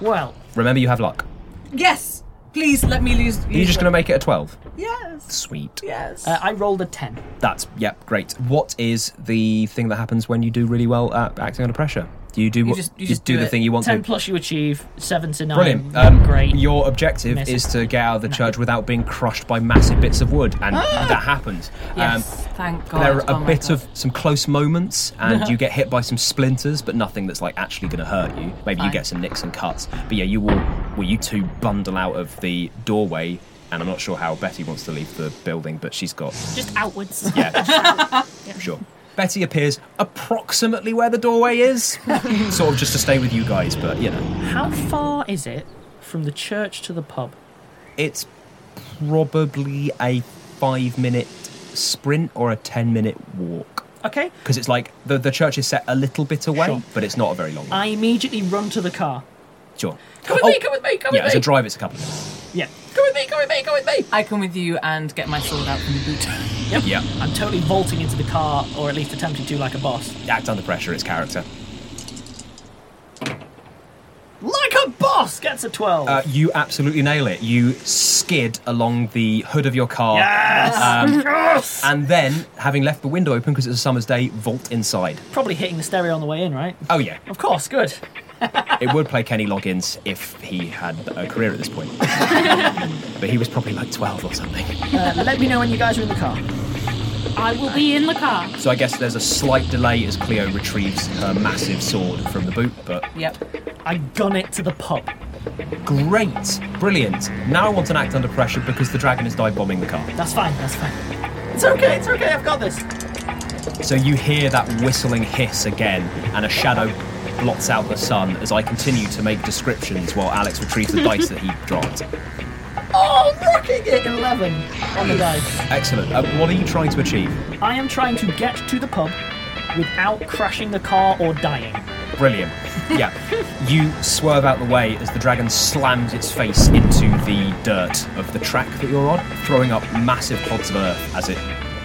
Speaker 4: Well,
Speaker 5: Remember, you have luck.
Speaker 3: Yes. Please let me lose.
Speaker 5: You're just going to make it a twelve.
Speaker 3: Yes.
Speaker 5: Sweet.
Speaker 3: Yes.
Speaker 4: uh, I rolled a ten.
Speaker 5: That's yeah, great. What is the thing that happens when you do really well at acting under pressure? Do you do what,
Speaker 3: just- you just
Speaker 5: do,
Speaker 3: do
Speaker 5: the
Speaker 3: it.
Speaker 5: thing you want
Speaker 4: Ten
Speaker 5: to?
Speaker 4: plus you achieve seven to nine.
Speaker 5: Brilliant. Um,
Speaker 4: Great.
Speaker 5: Your objective
Speaker 4: Miss.
Speaker 5: is to get out of the church without being crushed by massive bits of wood, and that happens. Um,
Speaker 3: yes. Thank God.
Speaker 5: there are
Speaker 3: Oh
Speaker 5: a
Speaker 3: my
Speaker 5: bit
Speaker 3: God.
Speaker 5: of some close moments and you get hit by some splinters but nothing that's like actually going to hurt you maybe you
Speaker 3: Fine.
Speaker 5: get some nicks and cuts but yeah you all well you two bundle out of the doorway and i'm not sure how betty wants to leave the building but she's got
Speaker 7: Just outwards.
Speaker 5: yeah sure betty appears approximately where the doorway is sort of just to stay with you guys but you know
Speaker 4: How far is it from the church to the pub?
Speaker 5: it's probably a five minute sprint or a ten minute walk
Speaker 4: Okay.
Speaker 5: because it's like the, the church is set a little bit away,
Speaker 4: Sure.
Speaker 5: but it's not a very long one.
Speaker 4: I immediately run to the car.
Speaker 5: Sure.
Speaker 4: Come with
Speaker 5: Oh,
Speaker 4: me, come with me, come
Speaker 5: yeah,
Speaker 4: with
Speaker 5: as
Speaker 4: me.
Speaker 5: a drive, it's a couple of minutes.
Speaker 4: yeah.
Speaker 3: Come with me, come with me, come with me. I come with you and get my sword out from the boot.
Speaker 4: Yep.
Speaker 5: Yeah.
Speaker 4: I'm totally vaulting into the car, or at least attempting to, like a boss.
Speaker 5: Act under pressure, it's character.
Speaker 4: Like a boss gets a twelve.
Speaker 5: Uh, you absolutely nail it. You skid along the hood of your car. Um,
Speaker 4: yes.
Speaker 5: And then, having left the window open because it's a summer's day, vault inside.
Speaker 4: Probably hitting the stereo on the way in, right?
Speaker 5: Oh, yeah.
Speaker 4: Of course. Good.
Speaker 5: It would play Kenny Loggins if he had a career at this point. but he was probably like 12 or something.
Speaker 4: Uh, let me know when you guys are in the car.
Speaker 7: I will be in the car.
Speaker 5: So I guess there's a slight delay as Cleo retrieves her massive sword from the boot, but
Speaker 3: Yep.
Speaker 4: I gun it to the pub.
Speaker 5: great. Brilliant. Now I want an act under pressure because the dragon is dive bombing the car.
Speaker 4: That's fine. That's fine. It's okay. It's okay. I've got this.
Speaker 5: So you hear that whistling hiss again, and a shadow blots out the sun as I continue to make descriptions while Alex retrieves the dice that he dropped.
Speaker 4: Oh, I'm rocking it! 11 on the dice.
Speaker 5: Excellent. Uh, what are you trying to achieve?
Speaker 4: I am trying to get to the pub without crashing the car or dying.
Speaker 5: Brilliant. Yeah. you swerve out the way as the dragon slams its face into the dirt of the track that you're on, throwing up massive clods of earth as it,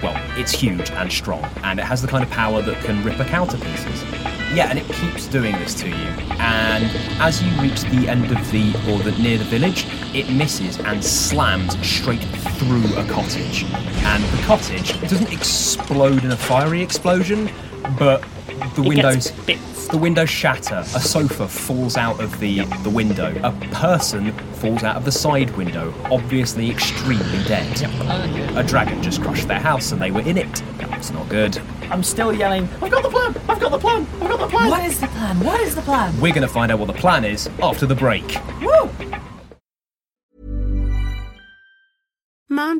Speaker 5: well, it's huge and strong, and it has the kind of power that can rip a cow to pieces. Yeah, and it keeps doing this to you. And as you reach the end of the, or the, near the village, it misses and slams straight through a cottage. And the cottage, it doesn't explode in a fiery explosion, but the
Speaker 10: It
Speaker 5: windows
Speaker 10: gets bits.
Speaker 5: the windows shatter, a sofa falls out of the, the window, a person falls out of the side window, obviously extremely dead.
Speaker 4: Oh,
Speaker 5: A dragon just crushed their house and they were in it. It's not good.
Speaker 4: I'm still yelling, I've got the plan! I've got the plan! I've got the plan!
Speaker 3: What is the plan? What is the plan?
Speaker 5: We're going to find out what the plan is after the break.
Speaker 3: Woo!
Speaker 11: Mom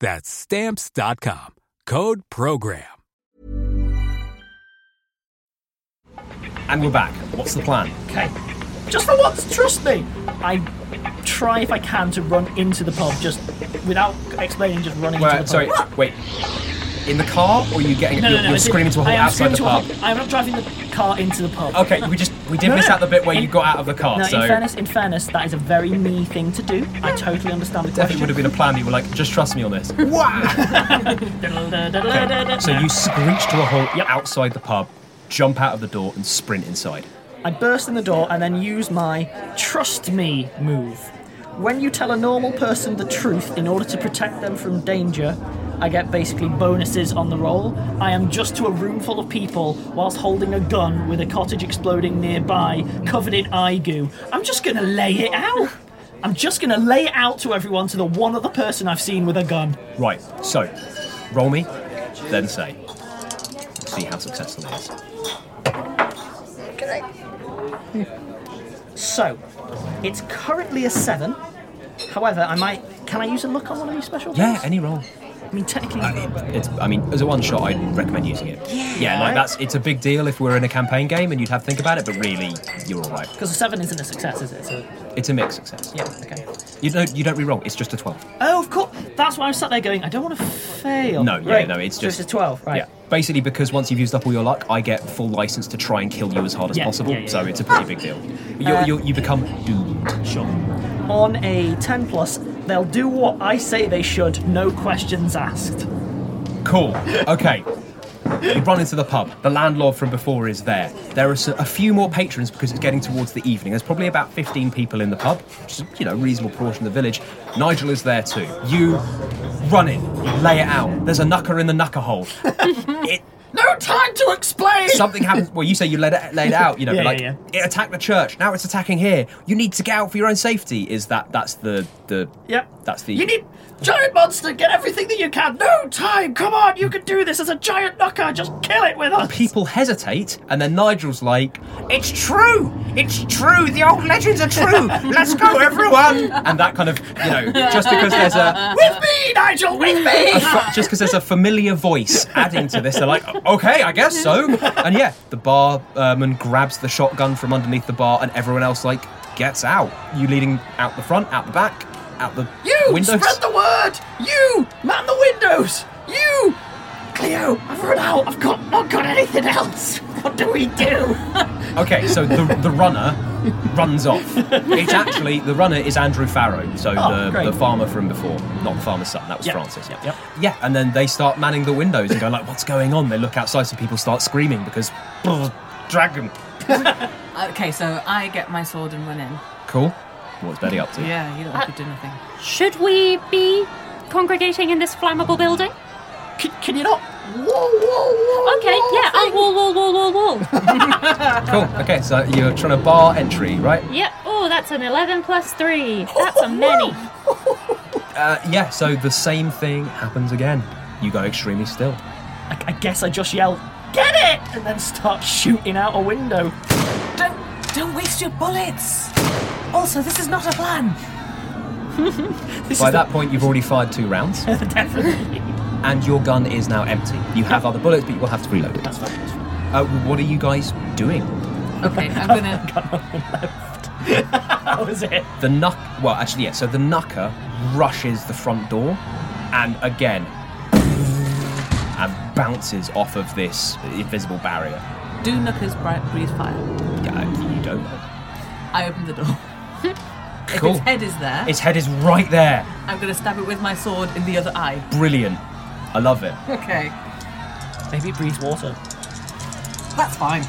Speaker 12: That's stamps.com. Code program.
Speaker 5: And we're back. What's the plan? Okay.
Speaker 4: Just for once, trust me. I try if I can to run into the pub, just without explaining, just running into the
Speaker 5: Wait,
Speaker 4: pub.
Speaker 5: sorry, wait. In the car, or you getting?
Speaker 4: No,
Speaker 5: you're
Speaker 4: no, no.
Speaker 5: you're
Speaker 4: as in,
Speaker 5: screaming to a halt
Speaker 4: I am
Speaker 5: outside
Speaker 4: screaming
Speaker 5: the
Speaker 4: to a
Speaker 5: pub.
Speaker 4: halt. I'm not driving the car into the pub.
Speaker 5: Okay, we just we did
Speaker 4: No,
Speaker 5: miss
Speaker 4: no.
Speaker 5: out the bit where you got out of the car.
Speaker 4: Now,
Speaker 5: so
Speaker 4: in fairness, in fairness, that is a very me thing to do. I totally understand
Speaker 5: definitely
Speaker 4: the question.
Speaker 5: would have been a plan. You were like, just trust me on this.
Speaker 4: Okay,
Speaker 5: So you screech to a halt outside the pub, jump out of the door, and sprint inside.
Speaker 4: I burst in the door and then use my trust me move. When you tell a normal person the truth in order to protect them from danger, I get basically bonuses on the roll. I am just to a room full of people whilst holding a gun with a cottage exploding nearby, covered in eye goo. I'm just gonna lay it out. I'm just gonna lay it out to everyone to the one other person I've seen with a gun.
Speaker 5: Right. So, roll me, then say. See how successful it is.
Speaker 4: So, it's currently a seven. However, I might. Can I use a look on one of these special
Speaker 5: Yeah,
Speaker 4: things?
Speaker 5: any roll.
Speaker 4: I mean, technically.
Speaker 5: It's. I mean, as a one shot, I'd recommend using it. Yeah. like
Speaker 4: Right.
Speaker 5: that's. It's a big deal if we're in a campaign game and you'd have to think about it, but really, you're all right.
Speaker 4: Because a seven isn't a success, is it? So,
Speaker 5: It's a mixed success.
Speaker 4: yeah, okay.
Speaker 5: You don't. You don't re-roll. It's just a twelve.
Speaker 4: Oh, of course. That's why I'm sat there going, I don't want to fail.
Speaker 5: No, yeah,
Speaker 4: Right.
Speaker 5: no, it's
Speaker 4: So
Speaker 5: just
Speaker 4: a 12, right.
Speaker 5: Yeah. Basically, because once you've used up all your luck, I get full license to try and kill you as hard as
Speaker 4: Yeah,
Speaker 5: possible.
Speaker 4: yeah, yeah,
Speaker 5: so
Speaker 4: yeah.
Speaker 5: it's a pretty big deal. You
Speaker 4: Uh,
Speaker 5: you you become doomed. Sure.
Speaker 4: On a 10 plus, they'll do what I say they should, no questions asked.
Speaker 5: Cool. Okay. You run into the pub. The landlord from before is there. There are s- a few more patrons because it's getting towards the evening. There's probably about 15 people in the pub, which is, you know, a reasonable portion of the village. Nigel is there too. You run in, you lay it out. There's a knucker in the knucker hole.
Speaker 13: No time to explain!
Speaker 5: something happens. Well, you say you let it laid out. You know,
Speaker 13: Yeah,
Speaker 5: like
Speaker 13: yeah,
Speaker 5: it attacked the church. Now it's attacking here. You need to get out for your own safety. Is that that's the the
Speaker 13: Yep.
Speaker 5: that's the
Speaker 13: You need giant monster, get everything that you can. No time! Come on, you can do this as a giant knocker, just kill it with us!
Speaker 5: people hesitate, and then Nigel's like,
Speaker 13: It's true! It's true! The old legends are true! Let's go, everyone!
Speaker 5: and that kind of you know just because there's a.
Speaker 13: With me, Nigel, with
Speaker 5: a
Speaker 13: me!
Speaker 5: fa- just because there's a familiar voice adding to this, they're like, okay, I guess so. And yeah, the barman grabs the shotgun from underneath the bar, and everyone else like gets out. You leading out the front, out the back, out the
Speaker 13: You
Speaker 5: windows.
Speaker 13: spread the word! You man the windows! You Cleo, I've run out, I've got not got anything else. What do we do?
Speaker 5: Okay, so the, the runner runs off. It's actually the runner is Andrew Farrow, so
Speaker 13: Oh,
Speaker 5: the,
Speaker 13: great.
Speaker 5: the farmer from before, not the farmer's son. That was
Speaker 13: Yep,
Speaker 5: Francis.
Speaker 13: yep.
Speaker 5: Yeah, and then they start manning the windows and go like, "What's going on?" They look outside, so people start screaming because "Brr, dragon.
Speaker 3: Okay, so I get my sword and run in.
Speaker 5: Cool. What's Betty up to?
Speaker 3: Yeah, you look like you did nothing.
Speaker 7: Should we be congregating in this flammable building?
Speaker 4: Can, can you not?
Speaker 13: Whoa, whoa, whoa!
Speaker 7: Okay,
Speaker 13: whoa,
Speaker 7: yeah, oh, I'll wall, wall, wall, wall, wall.
Speaker 5: Cool. Okay, so you're trying to bar entry, right?
Speaker 7: yep. Oh, that's an 11 plus 3. That's a many.
Speaker 5: Uh, yeah. So the same thing happens again. You go extremely still.
Speaker 4: I, I guess I just yell, get it! And then start shooting out a window.
Speaker 13: Don't don't waste your bullets. Also, this is not a plan.
Speaker 4: This
Speaker 5: By
Speaker 4: is
Speaker 5: that point, you've already fired two rounds.
Speaker 4: Definitely.
Speaker 5: and your gun is now empty. You have other bullets, but you will have to reload it. That's fine. Uh, what are you guys doing?
Speaker 3: Okay, I'm gonna.
Speaker 4: that was it.
Speaker 5: The knuck. Well, actually, yeah. So the knucker rushes the front door, and again, and bounces off of this invisible barrier.
Speaker 3: Do Nooker's bright breathe fire.
Speaker 5: Yeah, you don't. know.
Speaker 3: I open the door. if
Speaker 5: Cool.
Speaker 3: its head is there,
Speaker 5: Its head is right there.
Speaker 3: I'm gonna stab it with my sword in the other eye.
Speaker 5: Brilliant. I love it.
Speaker 3: Okay.
Speaker 4: Maybe it breathes water.
Speaker 3: That's fine.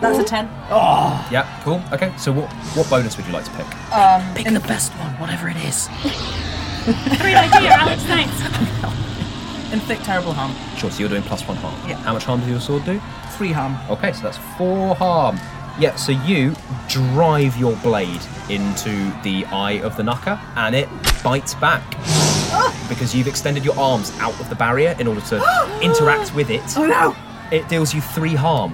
Speaker 3: That's a ten.
Speaker 4: Oh.
Speaker 5: Ah. Yeah. Cool. Okay. So what what bonus would you like to pick?
Speaker 3: Um,
Speaker 4: Pick the best one, whatever it is.
Speaker 7: Great idea, Alex, thanks.
Speaker 3: Inflict terrible harm.
Speaker 5: Sure. So you're doing plus one harm.
Speaker 3: Yeah.
Speaker 5: How much harm does your sword do?
Speaker 3: Three harm.
Speaker 5: Okay, so that's four harm. Yeah, so you drive your blade into the eye of the knocker and it bites back. Because you've extended your arms out of the barrier in order to interact with it.
Speaker 14: Oh, no!
Speaker 5: It deals you three harm.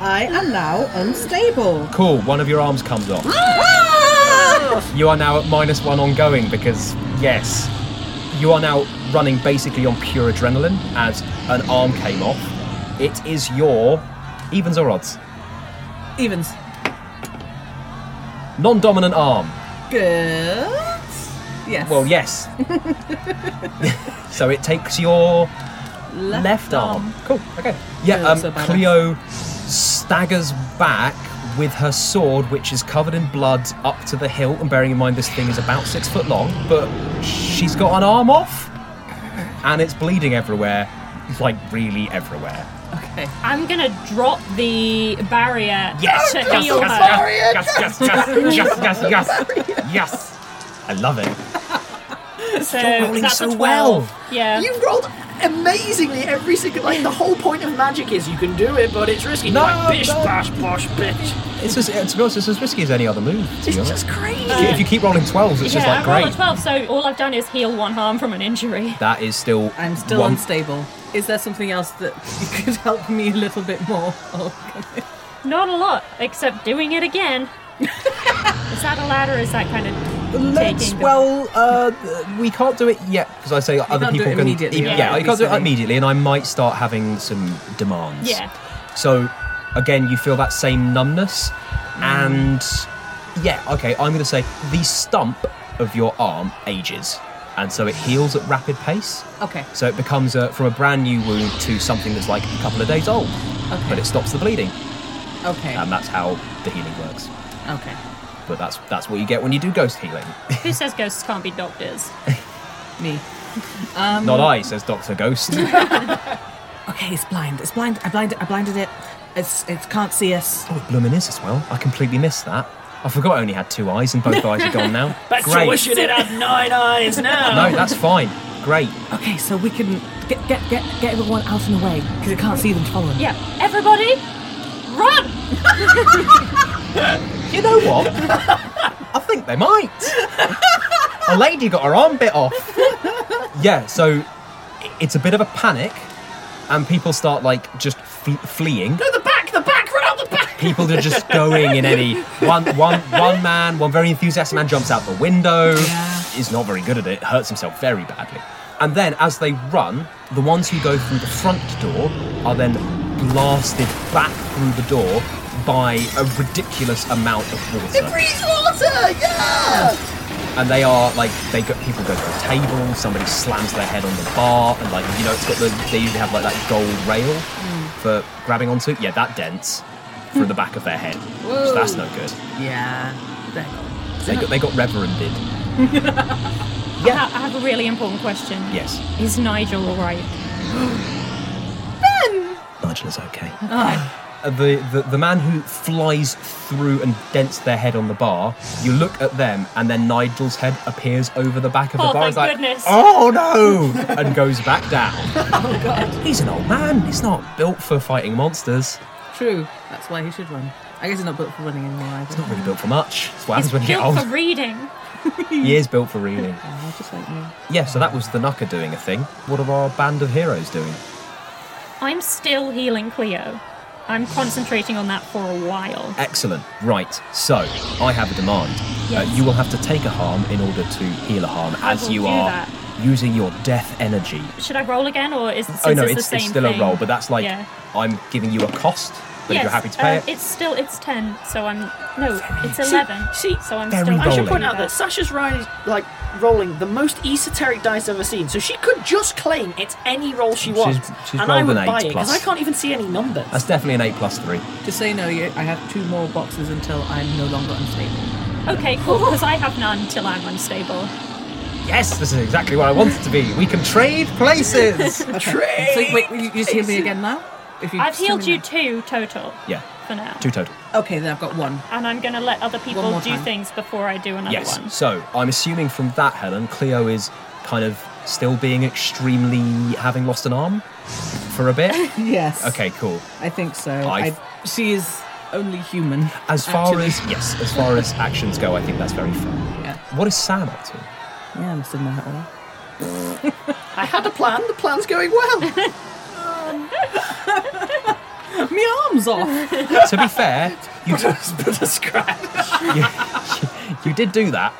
Speaker 14: I am now unstable.
Speaker 5: Cool, one of your arms comes off.
Speaker 14: Ah!
Speaker 5: You are now at minus one ongoing because, yes, you are now running basically on pure adrenaline as an arm came off. It is your evens or odds?
Speaker 3: Evens.
Speaker 5: Non dominant arm.
Speaker 3: Good. Yes.
Speaker 5: Well, yes. so it takes your left, arm. Cool. Okay. Yeah, um, Cleo staggers back with her sword, which is covered in blood up to the hilt. And bearing in mind this thing is about six foot long, but she's got an arm off, and it's bleeding everywhere, like really everywhere.
Speaker 7: Okay. I'm gonna drop the barrier
Speaker 5: Yes,
Speaker 7: to
Speaker 5: yes,
Speaker 7: heal
Speaker 5: yes,
Speaker 7: her.
Speaker 5: yes, yes, yes, yes, yes, yes, yes, yes. I love it.
Speaker 7: So
Speaker 5: You're rolling
Speaker 7: that's
Speaker 5: so
Speaker 7: a 12.
Speaker 5: well.
Speaker 7: Yeah.
Speaker 4: You rolled amazingly every single. Like the whole point of magic is you can do it, but it's risky.
Speaker 5: No,
Speaker 4: No, like, bish,
Speaker 5: no.
Speaker 4: bash, bosh, bitch.
Speaker 5: It's as, to be honest, it's as risky as any other move. To
Speaker 4: It's
Speaker 5: be honest.
Speaker 4: just crazy.
Speaker 5: If you- If you keep rolling 12s, it's
Speaker 7: yeah,
Speaker 5: just like
Speaker 7: I rolled
Speaker 5: great.
Speaker 7: a 12, so all I've done is heal one harm from an injury.
Speaker 5: That is still.
Speaker 3: I'm still
Speaker 5: one...
Speaker 3: unstable. Is there something else that you could help me a little bit more? Oh,
Speaker 7: Not a lot, except doing it again. is that a ladder? Is that kind of
Speaker 5: Let's,
Speaker 7: taking? the-
Speaker 5: well, uh, we can't do it yet because I say other
Speaker 7: can't do
Speaker 5: people
Speaker 7: it
Speaker 5: can.
Speaker 7: immediately,
Speaker 5: Yeah,
Speaker 7: yeah,
Speaker 5: you
Speaker 7: that'd
Speaker 5: can't
Speaker 7: be
Speaker 5: do it
Speaker 7: silly.
Speaker 5: immediately, and I might start having some demands.
Speaker 7: yeah.
Speaker 5: So, again, you feel that same numbness,
Speaker 7: Mm.
Speaker 5: and yeah, okay, I'm going to say the stump of your arm ages, and so it heals at rapid pace.
Speaker 3: Okay.
Speaker 5: So it becomes a, from a brand new wound to something that's like a couple of days old, but it stops the bleeding,
Speaker 3: Okay.
Speaker 5: and that's how the healing works.
Speaker 3: okay.
Speaker 5: But that's that's what you get when you do ghost healing.
Speaker 7: Who says ghosts can't be doctors?
Speaker 3: Me. Um,
Speaker 5: Not I, says Doctor Ghost.
Speaker 3: Okay, it's blind. It's blind. I blinded. I blinded it. It's. It can't see us.
Speaker 5: Oh, it bloomin' is as well. I completely missed that. I forgot I only had two eyes, and both eyes are gone now.
Speaker 4: Back
Speaker 5: Great.
Speaker 4: to wishing it had nine eyes now.
Speaker 5: No, that's fine. Great.
Speaker 3: Okay, so we can get get get get everyone out and away because it can't see them following.
Speaker 7: Yeah. Everybody, run!
Speaker 5: You know what? I think they might. A lady got her arm bit off. Yeah, so i- it's a bit of a panic, and people start like just f- fleeing.
Speaker 4: No, the back, the back, run out the back.
Speaker 5: People are just going in any one one one man, one very enthusiastic man jumps out the window. Is not very good at it. Hurts himself very badly. And then as they run, the ones who go through the front door are then blasted back through the door by a ridiculous amount of water
Speaker 13: It breathes water! Yeah!
Speaker 5: and they are like they go, people go to the table somebody slams their head on the bar and like you know it's got the they usually have like that gold rail
Speaker 3: Hmm.
Speaker 5: for grabbing onto yeah that dents through the back of their head so that's no good
Speaker 3: Yeah.
Speaker 5: they got, they got reverended
Speaker 7: Yeah. I, ha- I have a really important question.
Speaker 5: yes
Speaker 7: Is Nigel alright?
Speaker 5: Nigel is okay
Speaker 7: Oh,
Speaker 5: Uh, the, the the man who flies through and dents their head on the bar you look at them and then Nigel's head appears over the back of
Speaker 7: Oh,
Speaker 5: the bar
Speaker 7: thank
Speaker 5: It's like
Speaker 7: goodness.
Speaker 5: oh no and goes back down
Speaker 3: oh god.
Speaker 5: He's an old man. He's not built for fighting monsters.
Speaker 3: True. That's why he should run. I guess he's not built for running anymore. Either. It's
Speaker 5: Not really built for much. That's what happens when you get
Speaker 7: Guilt
Speaker 5: old.
Speaker 7: for reading.
Speaker 5: He is built for reading.
Speaker 3: Oh, just like me.
Speaker 5: Yeah, so that was the Nucker doing a thing. What are our band of heroes doing?
Speaker 7: I'm still healing Cleo. I'm concentrating on that for a while.
Speaker 5: Excellent. Right. So I have a demand. Uh,
Speaker 7: Yes.
Speaker 5: you will have to take a harm in order to heal a harm,
Speaker 7: I
Speaker 5: as
Speaker 7: will
Speaker 5: you
Speaker 7: do
Speaker 5: are
Speaker 7: that.
Speaker 5: using your death energy.
Speaker 7: Should I roll again, or is since
Speaker 5: oh no,
Speaker 7: it's,
Speaker 5: it's,
Speaker 7: the same
Speaker 5: it's still
Speaker 7: thing?
Speaker 5: a roll, but that's like
Speaker 7: Yeah.
Speaker 5: I'm giving you a cost, but if
Speaker 7: yes,
Speaker 5: you're happy to pay
Speaker 7: um,
Speaker 5: it.
Speaker 7: It's still it's ten, so I'm no, it's eleven.
Speaker 4: See,
Speaker 7: so I'm
Speaker 5: very
Speaker 7: still.
Speaker 4: I should point
Speaker 5: rolling.
Speaker 4: out that Sasha's right, like rolling the most esoteric dice I've ever seen, so she could just claim it's any roll she
Speaker 5: She's-
Speaker 4: wants,
Speaker 5: she's
Speaker 4: and I
Speaker 5: rolled
Speaker 4: would
Speaker 5: an
Speaker 4: buy
Speaker 5: eight
Speaker 4: it because
Speaker 5: plus.
Speaker 4: I can't even see any numbers.
Speaker 5: That's definitely an eight plus three.
Speaker 3: Just say no. You, I have two more boxes until I'm no longer unstable.
Speaker 7: Okay, cool. Because I have none till I'm unstable.
Speaker 5: Yes, this is exactly what I want it to be. We can trade places.
Speaker 3: Okay. So wait, you, you just heal me again now. If you
Speaker 7: I've
Speaker 3: just
Speaker 7: healed
Speaker 3: me
Speaker 7: you two total
Speaker 5: Yeah,
Speaker 7: for now,
Speaker 5: two total.
Speaker 7: Oh,
Speaker 3: now. Okay, then I've got one.
Speaker 7: and I'm gonna let other people
Speaker 3: more
Speaker 7: do
Speaker 3: time.
Speaker 7: things before I do another
Speaker 5: Yes.
Speaker 7: one.
Speaker 5: So I'm assuming from that, Helen, Cleo is kind of still being extremely having lost an arm for a bit.
Speaker 3: Yes.
Speaker 5: Okay, cool.
Speaker 3: I think so.
Speaker 5: I-
Speaker 3: I, she is only human.
Speaker 5: As far
Speaker 3: actually.
Speaker 5: as yes, as far as actions go, I think that's very fun.
Speaker 3: yeah,
Speaker 5: What is
Speaker 4: Ah,
Speaker 5: Sam up to?
Speaker 3: yeah, I'm still not all.
Speaker 4: I had a plan. The plan's going well.
Speaker 3: My arm's off.
Speaker 5: Oh, to be fair, you
Speaker 4: But a scratch.
Speaker 5: you did do that.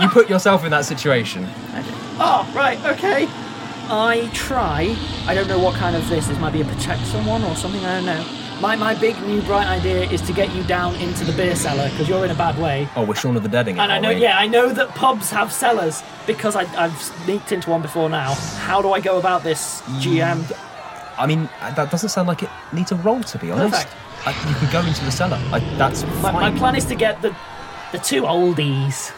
Speaker 5: You put yourself in that situation.
Speaker 4: Oh, right, okay. I try. I don't know what kind of this is. Might be a protect someone or something. I don't know. My, my big new bright idea is to get you down into the beer cellar because you're in a bad way.
Speaker 5: Oh, we're Shaun of the Deading. it,
Speaker 4: And I
Speaker 5: aren't
Speaker 4: know,
Speaker 5: we?
Speaker 4: yeah, I know that pubs have cellars because I, I've sneaked into one before now. How do I go about this,
Speaker 5: Mm.
Speaker 4: GM?
Speaker 5: I mean, that doesn't sound like it needs a roll, to be honest.
Speaker 4: Perfect.
Speaker 5: I, you can go into the cellar. I, that's
Speaker 4: My,
Speaker 5: fine.
Speaker 4: my plan is to get the the two oldies.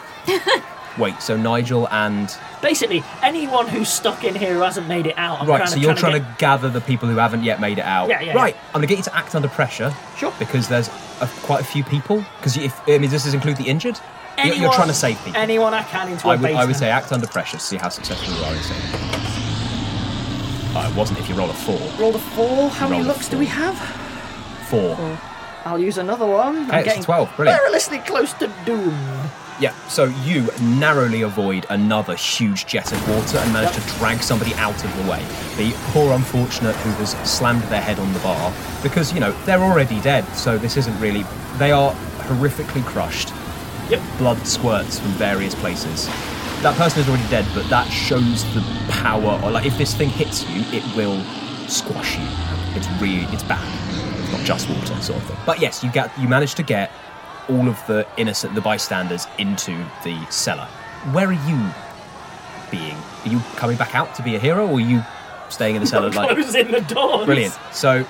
Speaker 5: Wait, so Nigel and
Speaker 4: Basically, anyone who's stuck in here who hasn't made it out. I'm
Speaker 5: right,
Speaker 4: trying
Speaker 5: so
Speaker 4: to-
Speaker 5: you're
Speaker 4: trying
Speaker 5: trying to, gather the people who haven't yet made it out.
Speaker 4: Yeah, yeah,
Speaker 5: Right,
Speaker 4: yeah.
Speaker 5: I'm gonna get you to act under pressure.
Speaker 4: Sure.
Speaker 5: Because there's a, quite a few people. Because if I mean, does this include the injured?
Speaker 4: get
Speaker 5: You're-
Speaker 4: anyone,
Speaker 5: you're, trying to save people.
Speaker 4: Anyone I can into a
Speaker 5: I would, I would
Speaker 4: basement.
Speaker 5: say act under pressure to see how successful you are in saving. Oh, it wasn't if you roll a four.
Speaker 4: Rolled a four. How many
Speaker 5: Roll a
Speaker 4: looks do we have?
Speaker 5: Four.
Speaker 4: Four. I'll use another one. I'm
Speaker 5: Hey, it's
Speaker 4: getting
Speaker 5: 12, brilliant.
Speaker 4: perilously close to doom.
Speaker 5: Yeah, so you narrowly avoid another huge jet of water and manage
Speaker 4: Yep.
Speaker 5: to drag somebody out of the way. The poor unfortunate who has slammed their head on the bar because, you know, they're already dead, so this isn't really. They are horrifically crushed.
Speaker 4: Yep.
Speaker 5: Blood squirts from various places. That person is already dead, but that shows the power. Or like, if this thing hits you, it will squash you. It's really, it's bad. It's not just water, sort of thing. But yes, you get, you manage to get all of the innocent, the bystanders, into the cellar. Where are you being? Are you coming back out to be a hero, or are you staying in the cellar? like
Speaker 4: Closing the doors.
Speaker 5: brilliant. So,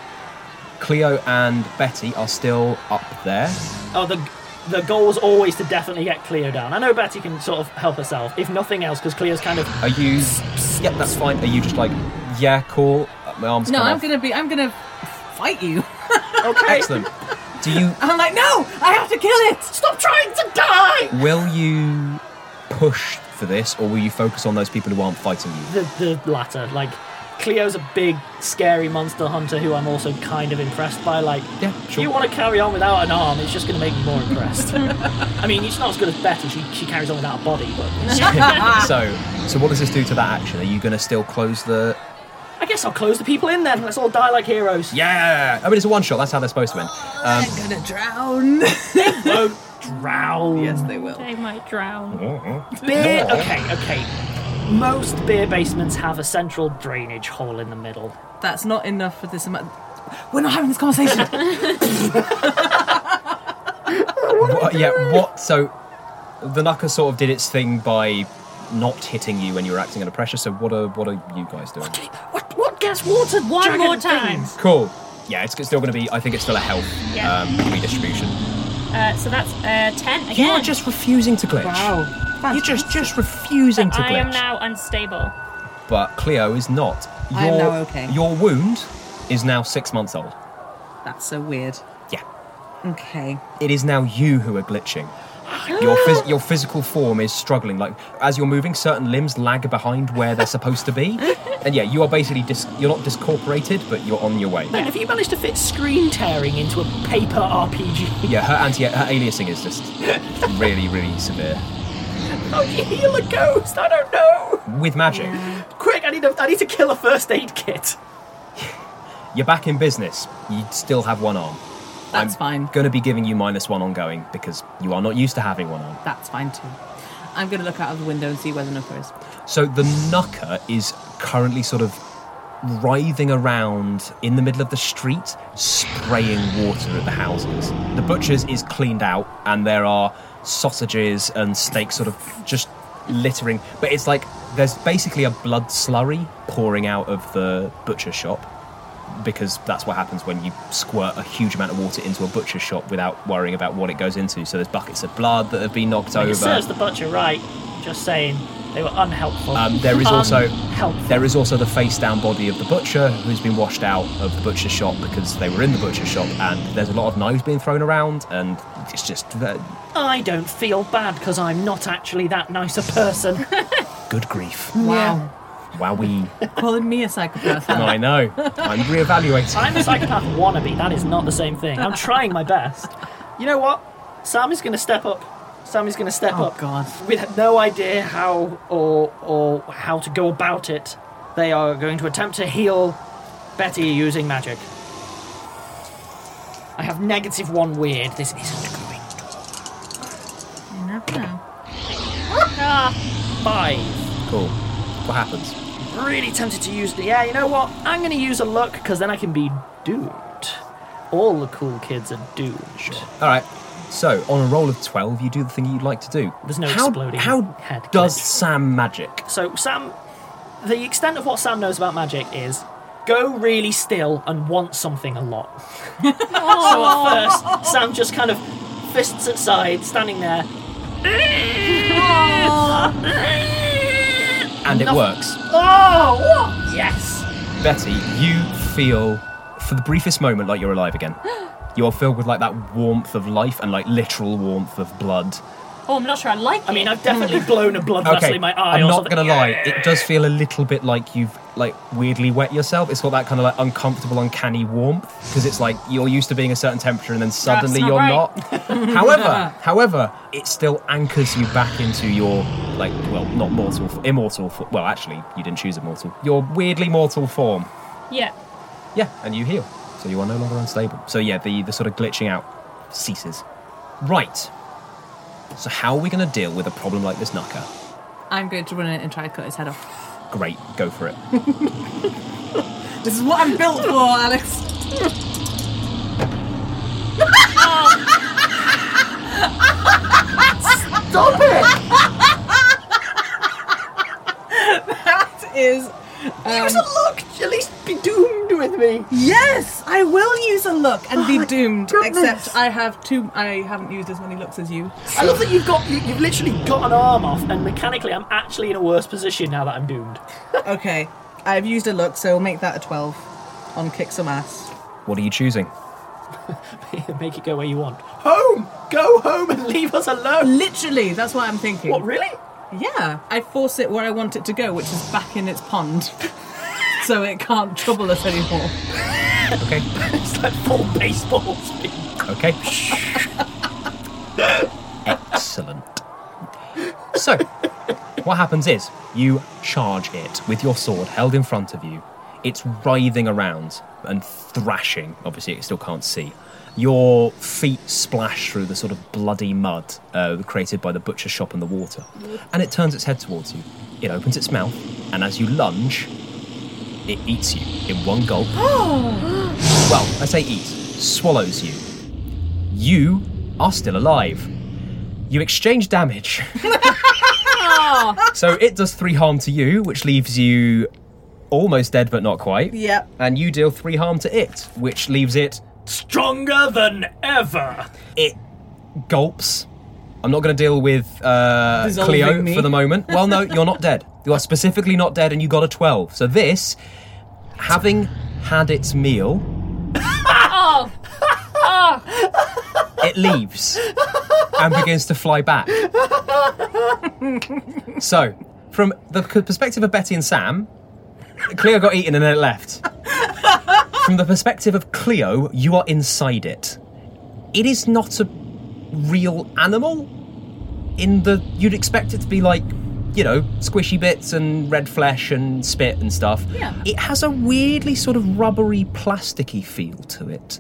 Speaker 5: Cleo and Betty are still up there.
Speaker 4: Oh, the the goal was always to definitely get Cleo down. I know Betty can sort of help herself, if nothing else, because Cleo's kind of.
Speaker 5: Are you? Yep, that's fine. Are you just like, yeah, cool? uh, My arms.
Speaker 3: No,
Speaker 5: come
Speaker 3: I'm
Speaker 5: off.
Speaker 3: gonna be. I'm gonna fight you.
Speaker 4: okay.
Speaker 5: Excellent. Do you?
Speaker 3: I'm like, no, I have to kill it. Stop trying to die.
Speaker 5: Will you push for this, or will you focus on those people who aren't fighting you?
Speaker 4: The, the latter. Like, Cleo's a big, scary monster hunter who I'm also kind of impressed by. Like,
Speaker 5: sure.
Speaker 4: you want to carry on without an arm, it's just going to make me more impressed. I mean, it's not as good as Betty, she, she carries on without a body, but.
Speaker 5: so, so what does this do to that action? Are you going to still close the?
Speaker 4: I guess I'll close the people in then. Let's all die like heroes.
Speaker 5: Yeah, I mean it's a one shot. That's how they're supposed to end. Um,
Speaker 3: gonna drown.
Speaker 4: won't drown.
Speaker 3: Yes, they will.
Speaker 7: They might drown.
Speaker 5: Mm-hmm.
Speaker 4: Beer. Okay, okay. Most beer basements have a central drainage hole in the middle.
Speaker 3: That's not enough for this amount. We're not having this conversation.
Speaker 5: What, uh, yeah, what? So, the Nucker sort of did its thing by not hitting you when you were acting under pressure. So, what are what are you guys doing?
Speaker 4: What gets watered?
Speaker 7: One
Speaker 4: Dragon
Speaker 7: more
Speaker 4: things.
Speaker 7: time.
Speaker 5: Cool. Yeah, it's still going to be. I think it's still a health
Speaker 7: Yeah.
Speaker 5: um, redistribution.
Speaker 7: Uh, so that's uh, ten again.
Speaker 5: You are Oh. just refusing to glitch.
Speaker 7: Wow.
Speaker 5: You're just just refusing to
Speaker 7: I am
Speaker 5: glitch.
Speaker 7: now unstable.
Speaker 5: But Cleo is not. Your,
Speaker 7: I am now okay.
Speaker 5: Your wound is now six months old.
Speaker 3: That's so weird.
Speaker 5: Yeah.
Speaker 3: Okay.
Speaker 5: It is now you who are glitching. Your, phys- your physical form is struggling. Like as you're moving, certain limbs lag behind where they're supposed to be, and yeah, you are basically dis- you're not discorporated, but you're on your way.
Speaker 4: Man, have you managed to fit screen tearing into a paper RPG?
Speaker 5: Yeah, her anti her aliasing is just really really severe
Speaker 4: How do you heal a ghost? I don't know.
Speaker 5: with magic.
Speaker 4: Quick, I need a, I need to kill a first aid kit.
Speaker 5: You're back in business. You still have one arm.
Speaker 3: That's
Speaker 5: I'm
Speaker 3: fine.
Speaker 5: Going to be giving you minus one ongoing because you are not used to having one arm.
Speaker 3: That's fine too. I'm gonna look out of the window and see where the knucker is.
Speaker 5: So the knucker is currently sort of writhing around in the middle of the street, spraying water at the houses. The butcher's is cleaned out, and there are sausages and steaks sort of just littering. But it's like there's basically a blood slurry pouring out of the butcher shop. Because that's what happens when you squirt a huge amount of water into a butcher shop without worrying about what it goes into. So there's buckets of blood that have been knocked
Speaker 4: I
Speaker 5: over.
Speaker 4: mean, it serves the butcher right. Just saying, they were unhelpful.
Speaker 5: Um, there is also
Speaker 4: Unhelpful.
Speaker 5: there is also the face down body of the butcher who's been washed out of the butcher shop because they were in the butcher shop and there's a lot of knives being thrown around and it's just uh,
Speaker 4: I don't feel bad because I'm not actually that nice a person.
Speaker 5: good grief.
Speaker 4: Wow.
Speaker 5: Wowie.
Speaker 3: Calling me a psychopath.
Speaker 5: No, I know. I'm reevaluating.
Speaker 4: I'm a psychopath wannabe. That is not the same thing. I'm trying my best. You know what? Sam is going to step up. Sam is going to step
Speaker 3: Oh,
Speaker 4: up. God. With no idea how or or how to go about it, they are going to attempt to heal Betty using magic. I have negative one weird. This isn't going
Speaker 3: You never know.
Speaker 4: five.
Speaker 5: Cool. What happens?
Speaker 4: Really tempted to use the. Yeah, you know what? I'm going to use a luck because then I can be doomed. all the cool kids are doomed.
Speaker 5: All right. So, on a roll of 12, you do the thing you'd like to do.
Speaker 4: There's no
Speaker 5: how,
Speaker 4: exploding
Speaker 5: How
Speaker 4: head
Speaker 5: does Sam magic?
Speaker 4: So Sam, the extent of what Sam knows about magic is go really still and want something a lot. so at first, Sam just kind of fists at side, standing there.
Speaker 5: And it
Speaker 4: Nothing-
Speaker 5: works.
Speaker 4: Oh, what? Yes.
Speaker 5: Betty, you feel, for the briefest moment, like you're alive again. You're filled with like that warmth of life and like literal warmth of blood.
Speaker 7: Oh, I'm not sure I like it. I mean,
Speaker 4: I've definitely blown a blood vessel in my eye.
Speaker 5: I'm
Speaker 4: or
Speaker 5: not
Speaker 4: something.
Speaker 5: gonna lie, it does feel a little bit like you've like weirdly wet yourself. It's got that kind of like uncomfortable, uncanny warmth because it's like you're used to being a certain temperature and then suddenly
Speaker 13: not
Speaker 5: you're
Speaker 13: right.
Speaker 5: not. however, however, it still anchors you back into your like well, not mortal, f- immortal. F- well, actually, you didn't choose immortal. Your weirdly mortal form.
Speaker 7: Yeah.
Speaker 5: Yeah, and you heal, so you are no longer unstable. So yeah, the the sort of glitching out ceases. Right. So how are we going to deal with a problem like this, Naka?
Speaker 3: I'm going to run in and try to cut his head off.
Speaker 5: Great, go for it.
Speaker 3: This is what I'm built for, Alex.
Speaker 13: Stop
Speaker 14: That is.
Speaker 3: um,
Speaker 13: Use a look! At least be doomed with me!
Speaker 3: Yes, I will use a look and be
Speaker 13: Oh my
Speaker 3: doomed.
Speaker 13: goodness.
Speaker 3: Except I have two. I haven't used as many looks as you.
Speaker 4: I love that you've got you, you've literally got an arm off, and mechanically, I'm actually in a worse position now that I'm doomed.
Speaker 3: okay,
Speaker 14: I've used a look, so we'll make that a 12 on kick some ass.
Speaker 5: What are you choosing?
Speaker 4: Make it go where you want.
Speaker 3: Home,
Speaker 4: go home and leave us alone.
Speaker 3: Literally, that's what I'm thinking.
Speaker 4: What really?
Speaker 3: Yeah, I force it where I want it to go, which is back in its pond, so it can't trouble us anymore.
Speaker 5: Okay.
Speaker 4: it's like full baseball speed.
Speaker 5: Okay. Excellent. So, what happens is you charge it with your sword held in front of you. It's writhing around and thrashing. Obviously, it still can't see. Your feet splash through the sort of bloody mud uh, created by the butcher shop and the water, and it turns its head towards you. It opens its mouth, and as you lunge, it eats you in one gulp.
Speaker 13: Oh!
Speaker 5: Well, I say eat, swallows you. You are still alive. You exchange damage. so it does three harm to you, which leaves you almost dead but not quite.
Speaker 14: Yep.
Speaker 5: And you deal three harm to it, which leaves it
Speaker 4: stronger than ever.
Speaker 5: It gulps. I'm not going to deal with uh,
Speaker 4: Dissolving
Speaker 5: Cleo
Speaker 4: me.
Speaker 5: for the moment. Well, no, you're not dead. You are specifically not dead, and you got a 12. So this, having had its meal,
Speaker 7: oh. oh.
Speaker 5: it leaves and begins to fly back. So, from the c- perspective of Betty and Sam, Cleo got eaten and then it left. From the perspective of Cleo, you are inside it. It is not a real animal. In the you'd expect it to be like, you know, squishy bits and red flesh and spit and stuff.
Speaker 13: Yeah.
Speaker 5: It has a weirdly sort of rubbery, plasticky feel to it,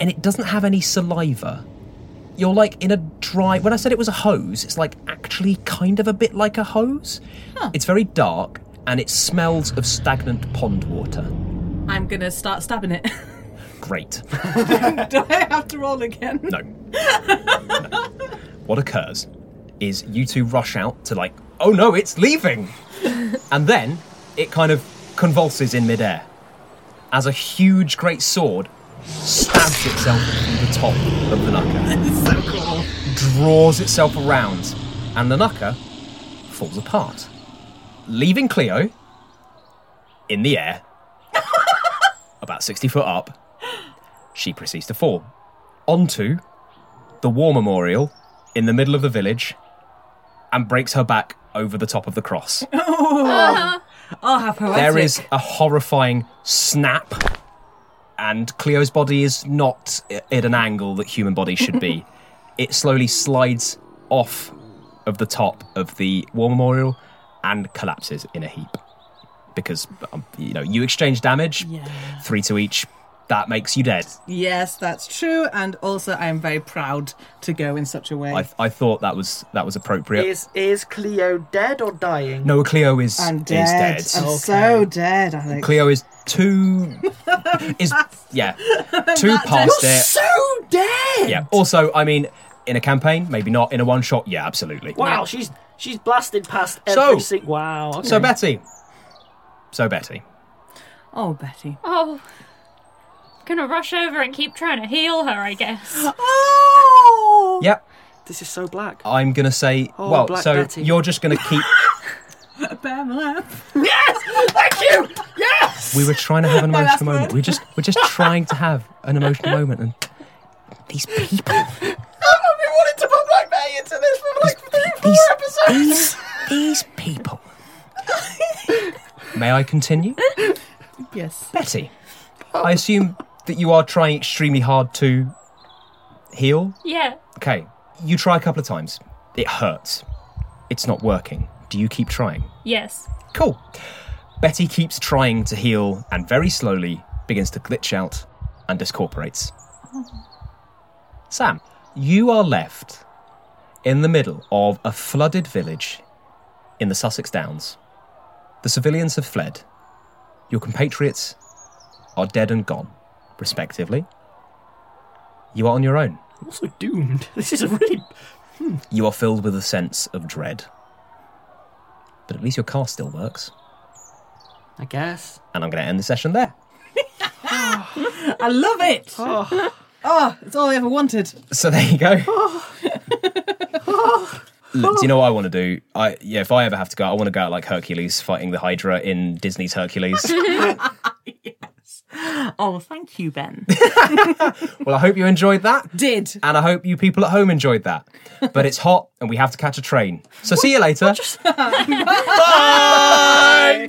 Speaker 5: and it doesn't have any saliva you're like in a dry when i said it was a hose it's like actually kind of a bit like a hose it's very dark and it smells of stagnant pond water
Speaker 3: I'm gonna start stabbing it.
Speaker 5: great
Speaker 3: Do I have to roll again?
Speaker 5: No. what occurs is you two rush out to like oh no it's leaving and then it kind of convulses in midair as a huge great sword stabs itself through the top of the knucker
Speaker 13: so cool.
Speaker 5: draws itself around, and the Nucker falls apart, leaving Cleo in the air, about 60 foot up. She proceeds to fall onto the war memorial in the middle of the village and breaks her back over the top of the cross.
Speaker 3: Oh, oh how poetic.
Speaker 5: There is a horrifying snap, and Cleo's body is not i- at an angle that human body should be. it slowly slides off of the top of the war memorial and collapses in a heap. Because um, you know you exchange damage, three to each. That makes you dead.
Speaker 3: Yes, that's true, and also I am very proud to go in such a way.
Speaker 5: I, I thought that was that was appropriate.
Speaker 4: Is is Cleo dead or dying?
Speaker 5: no, Cleo is
Speaker 4: I'm
Speaker 5: is dead.
Speaker 14: I'm so dead, Alex.
Speaker 5: Cleo is two is yeah two past
Speaker 15: You're
Speaker 5: it.
Speaker 15: so dead.
Speaker 5: yeah. Also, I mean, in a campaign, maybe not in a one shot. Yeah, absolutely.
Speaker 16: Wow, she's she's blasted past
Speaker 5: So-
Speaker 16: every single. Wow. Okay.
Speaker 5: So Betty. So Betty.
Speaker 17: Oh, Betty.
Speaker 7: Oh. Gonna rush over and keep trying to heal her, I guess.
Speaker 17: Oh!
Speaker 5: Yep.
Speaker 16: This is so black.
Speaker 5: I'm gonna say.
Speaker 16: Oh,
Speaker 5: well,
Speaker 16: Black
Speaker 5: so
Speaker 16: Betty.
Speaker 5: you're just gonna keep.
Speaker 15: Yes! Thank you! Yes!
Speaker 5: we were trying to have an
Speaker 15: My last
Speaker 5: emotional moment.
Speaker 15: word.
Speaker 5: We're just we're just trying to have an emotional moment, and these people.
Speaker 15: I've been wanting to put Black Betty into this for like three or four episodes.
Speaker 5: These people. May I continue?
Speaker 17: Yes.
Speaker 5: Betty, I assume that you are trying extremely hard to heal.
Speaker 7: Yeah.
Speaker 5: Okay, you try a couple of times. It hurts. It's not working. Do you keep trying?
Speaker 7: Yes.
Speaker 5: Cool. Betty keeps trying to heal and very slowly begins to glitch out and discorporates. Sam, you are left in the middle of a flooded village in the Sussex Downs. The civilians have fled. Your compatriots are dead and gone, respectively. You are on your own.
Speaker 16: I'm also doomed. This is a really. hmm.
Speaker 5: You are filled with a sense of dread. But at least your car still works.
Speaker 16: I guess.
Speaker 5: And I'm going to end the session there.
Speaker 17: I love it. Oh. it's all I ever wanted.
Speaker 5: So there you go. Look, do you know what I want to do? I yeah, if I ever have to go, out, I want to go out like Hercules fighting the Hydra in Disney's Hercules.
Speaker 17: Oh, thank you, Ben.
Speaker 5: well, I hope you enjoyed that.
Speaker 17: Did.
Speaker 5: And I hope you people at home enjoyed that. But it's hot and we have to catch a train. So see you later. Bye.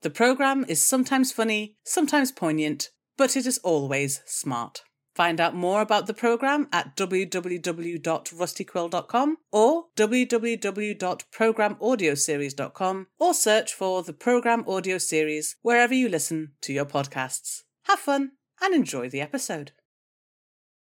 Speaker 3: The programme is sometimes funny, sometimes poignant, but it is always smart. Find out more about the programme at www.rustyquill.com or www.programaudioseries.com or search for the Programme Audio Series wherever you listen to your podcasts. Have fun and enjoy the episode.